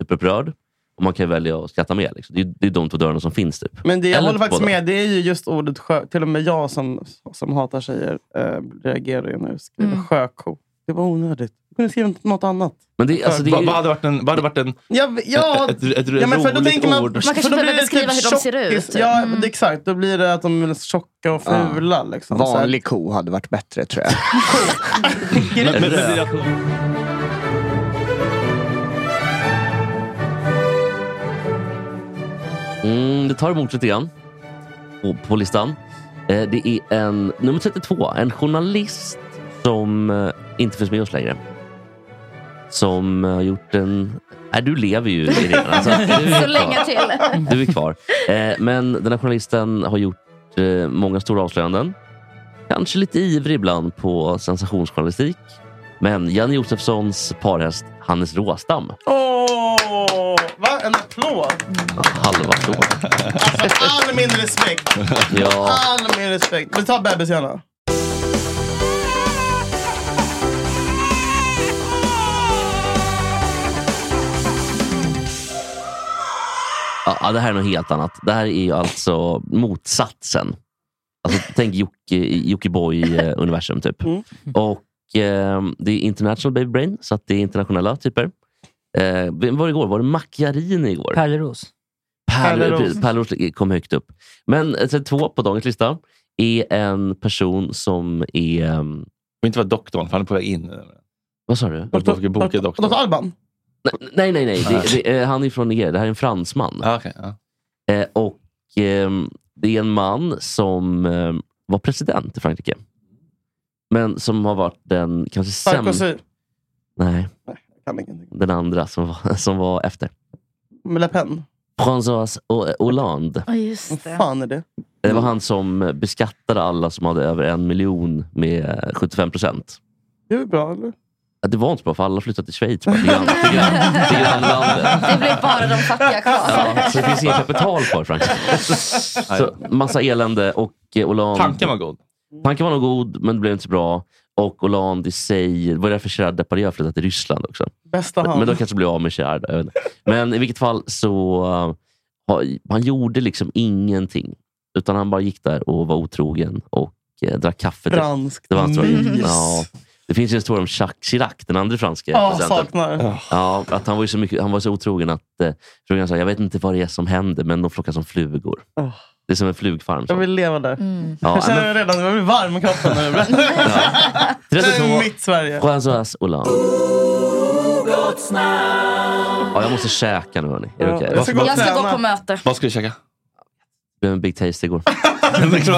Speaker 11: superupprörd. Och man kan välja att skratta med. Liksom. Det, är, det är de två dörrarna som finns. Typ.
Speaker 7: Men det jag
Speaker 11: Eller
Speaker 7: håller faktiskt
Speaker 11: båda.
Speaker 7: med. Det är ju just ordet skö. Till och med jag som, som hatar tjejer eh, reagerar ju nu. Skriver
Speaker 11: Mm.
Speaker 7: sjöko. Det var onödigt. Du kunde skriva något annat.
Speaker 11: Men det, alltså, det är
Speaker 1: Vad
Speaker 11: ju-
Speaker 1: vad hade varit en... Vad hade varit en
Speaker 7: Ja, ja,
Speaker 1: ett, ett, ett
Speaker 7: ja, men för då
Speaker 1: roligt
Speaker 7: tänker man,
Speaker 1: ord.
Speaker 7: för då blir det typ tjockis. Ja,
Speaker 10: Mm.
Speaker 7: det- exakt. Då blir det att de är tjocka och fula. Liksom, så här.
Speaker 2: Vanlig ko hade varit bättre tror jag.
Speaker 7: Men- men- men-
Speaker 11: Mm, det tar emot lite grann på, på listan. Eh, det är en, nummer 32, en journalist som eh, inte finns med oss längre. Som eh, har gjort en... Nej, du lever ju, Irene. Alltså, du, är
Speaker 10: Så
Speaker 11: kvar.
Speaker 10: länge till.
Speaker 11: du är kvar. Eh, men den här journalisten har gjort eh, många stora avslöjanden. Kanske lite ivrig ibland på sensationsjournalistik. Men Janne Josefssons parhäst Hannes Råstam.
Speaker 7: Åh! Va? En applåd? Alltså,
Speaker 11: Halva så.
Speaker 7: All min respekt.
Speaker 11: Ja.
Speaker 7: All min respekt. Vi tar bebis gärna.
Speaker 11: Ja, det här är något helt annat. Det här är ju alltså motsatsen. Alltså, tänk Jocke- Jockiboi-universum typ. Och eh, Det är International Baby Brain, så att det är internationella typer. Eh, vem var det igår? Var det Macchiarini igår?
Speaker 6: Pärleros.
Speaker 11: Pärleros
Speaker 6: Pärleros.
Speaker 11: Pärleros kom högt upp. Men eh, 32 på dagens lista är en person som är...
Speaker 1: får inte vara doktorn, för han är på väg in.
Speaker 11: Vad sa du?
Speaker 1: Doktor, boka doktorn.
Speaker 7: Dr. Alban?
Speaker 11: Nej, nej, nej. Det, det, eh, han är från Nigeria. Det här är en fransman. Eh, och ehm, Det är en man som ehm, var president i Frankrike. Men som har varit den kanske sämsta...
Speaker 7: Sarkozy.
Speaker 11: Nej,
Speaker 7: Kan ingenting.
Speaker 11: den andra som var, som var efter.
Speaker 7: Med Le Pen.
Speaker 11: François O- Hollande.
Speaker 10: Ja, just
Speaker 7: Vad fan är det?
Speaker 11: Det var han som beskattade alla som hade över en miljon med 75 procent.
Speaker 7: Det är väl bra, eller?
Speaker 11: Ja, Det var inte så bra, för alla flyttade till Schweiz. bara, Till, grann, till, grann, till grannlandet.
Speaker 10: Det blev bara de fattiga kvar.
Speaker 11: Ja, så det finns inget kapital kvar i Frankrike. Så massa elände och eh, Hollande...
Speaker 1: Tanken var god.
Speaker 11: Tanken var nog god, men det blev inte så bra. Och Hollande i sig... Det var därför Gerard Depardieu flyttade till Ryssland också.
Speaker 7: Bästa han.
Speaker 11: Men då kanske blev av med Gerard. jag vet inte. Men i vilket fall så... eh, har- Han gjorde liksom ingenting. Utan han bara gick där och var otrogen och eh, drack kaffe.
Speaker 7: Franskt
Speaker 11: Det var hans story.
Speaker 7: mys.
Speaker 11: Ja. Det finns ju en historia om Jacques Chirac, den andra franske
Speaker 7: Ja,
Speaker 11: presidenten.
Speaker 7: saknar. Ja.
Speaker 11: Ja, att han var ju så, mycket, han var så otrogen att eh, tror jag, sa, jag vet inte vad det är som händer, men de flockar som flugor.
Speaker 7: Åh.
Speaker 11: Det är som en flugfarm.
Speaker 7: Jag vill leva där.
Speaker 11: Ja,
Speaker 7: jag känner
Speaker 11: men-
Speaker 7: mig redan jag blir varm i kroppen nu.
Speaker 11: Det är
Speaker 7: mitt Sverige.
Speaker 11: François Hollande. Ja, jag måste käka nu hörni. Är det
Speaker 10: Ja,
Speaker 11: okej?
Speaker 10: jag ska gå och Jag ska gå träna. på möte.
Speaker 1: Vad ska du käka?
Speaker 11: Det blev en big taste igår.
Speaker 7: Vad ändå fick ni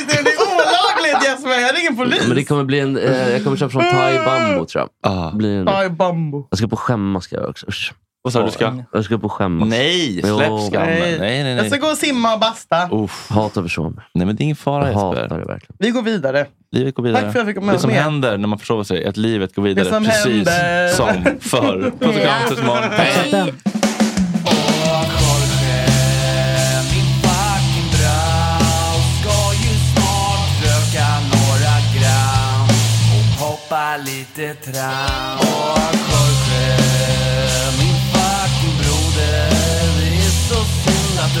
Speaker 7: det? Det är olagligt Jesper! Jag ringer polis.
Speaker 11: Men det kommer bli en, eh, jag kommer köpa från Thai Bambo tror jag.
Speaker 1: Ah.
Speaker 11: Det Blir en,
Speaker 7: Thai bambo.
Speaker 11: jag ska på skämma ska jag också. Usch.
Speaker 1: Vad sa du, du ska?
Speaker 11: Jag ska på skämmas.
Speaker 1: Nej,
Speaker 11: Jo.
Speaker 1: släpp skammen. Nej, nej, nej.
Speaker 7: Jag ska gå och simma och basta.
Speaker 11: Uff. Hatar personer.
Speaker 1: Nej, men det är ingen fara
Speaker 11: Jag
Speaker 1: Jesper.
Speaker 11: hatar det verkligen.
Speaker 7: Vi går vidare.
Speaker 1: Livet går vidare.
Speaker 7: Tack för att jag fick vara
Speaker 1: det som
Speaker 7: med.
Speaker 1: händer när man försover sig är att livet går vidare.
Speaker 7: Det som
Speaker 1: precis
Speaker 7: händer.
Speaker 1: som förr. Puss och kram tills imorgon. Hej.
Speaker 12: Hoppa lite tram Och Jorge, min fucking broder Det är så synd att du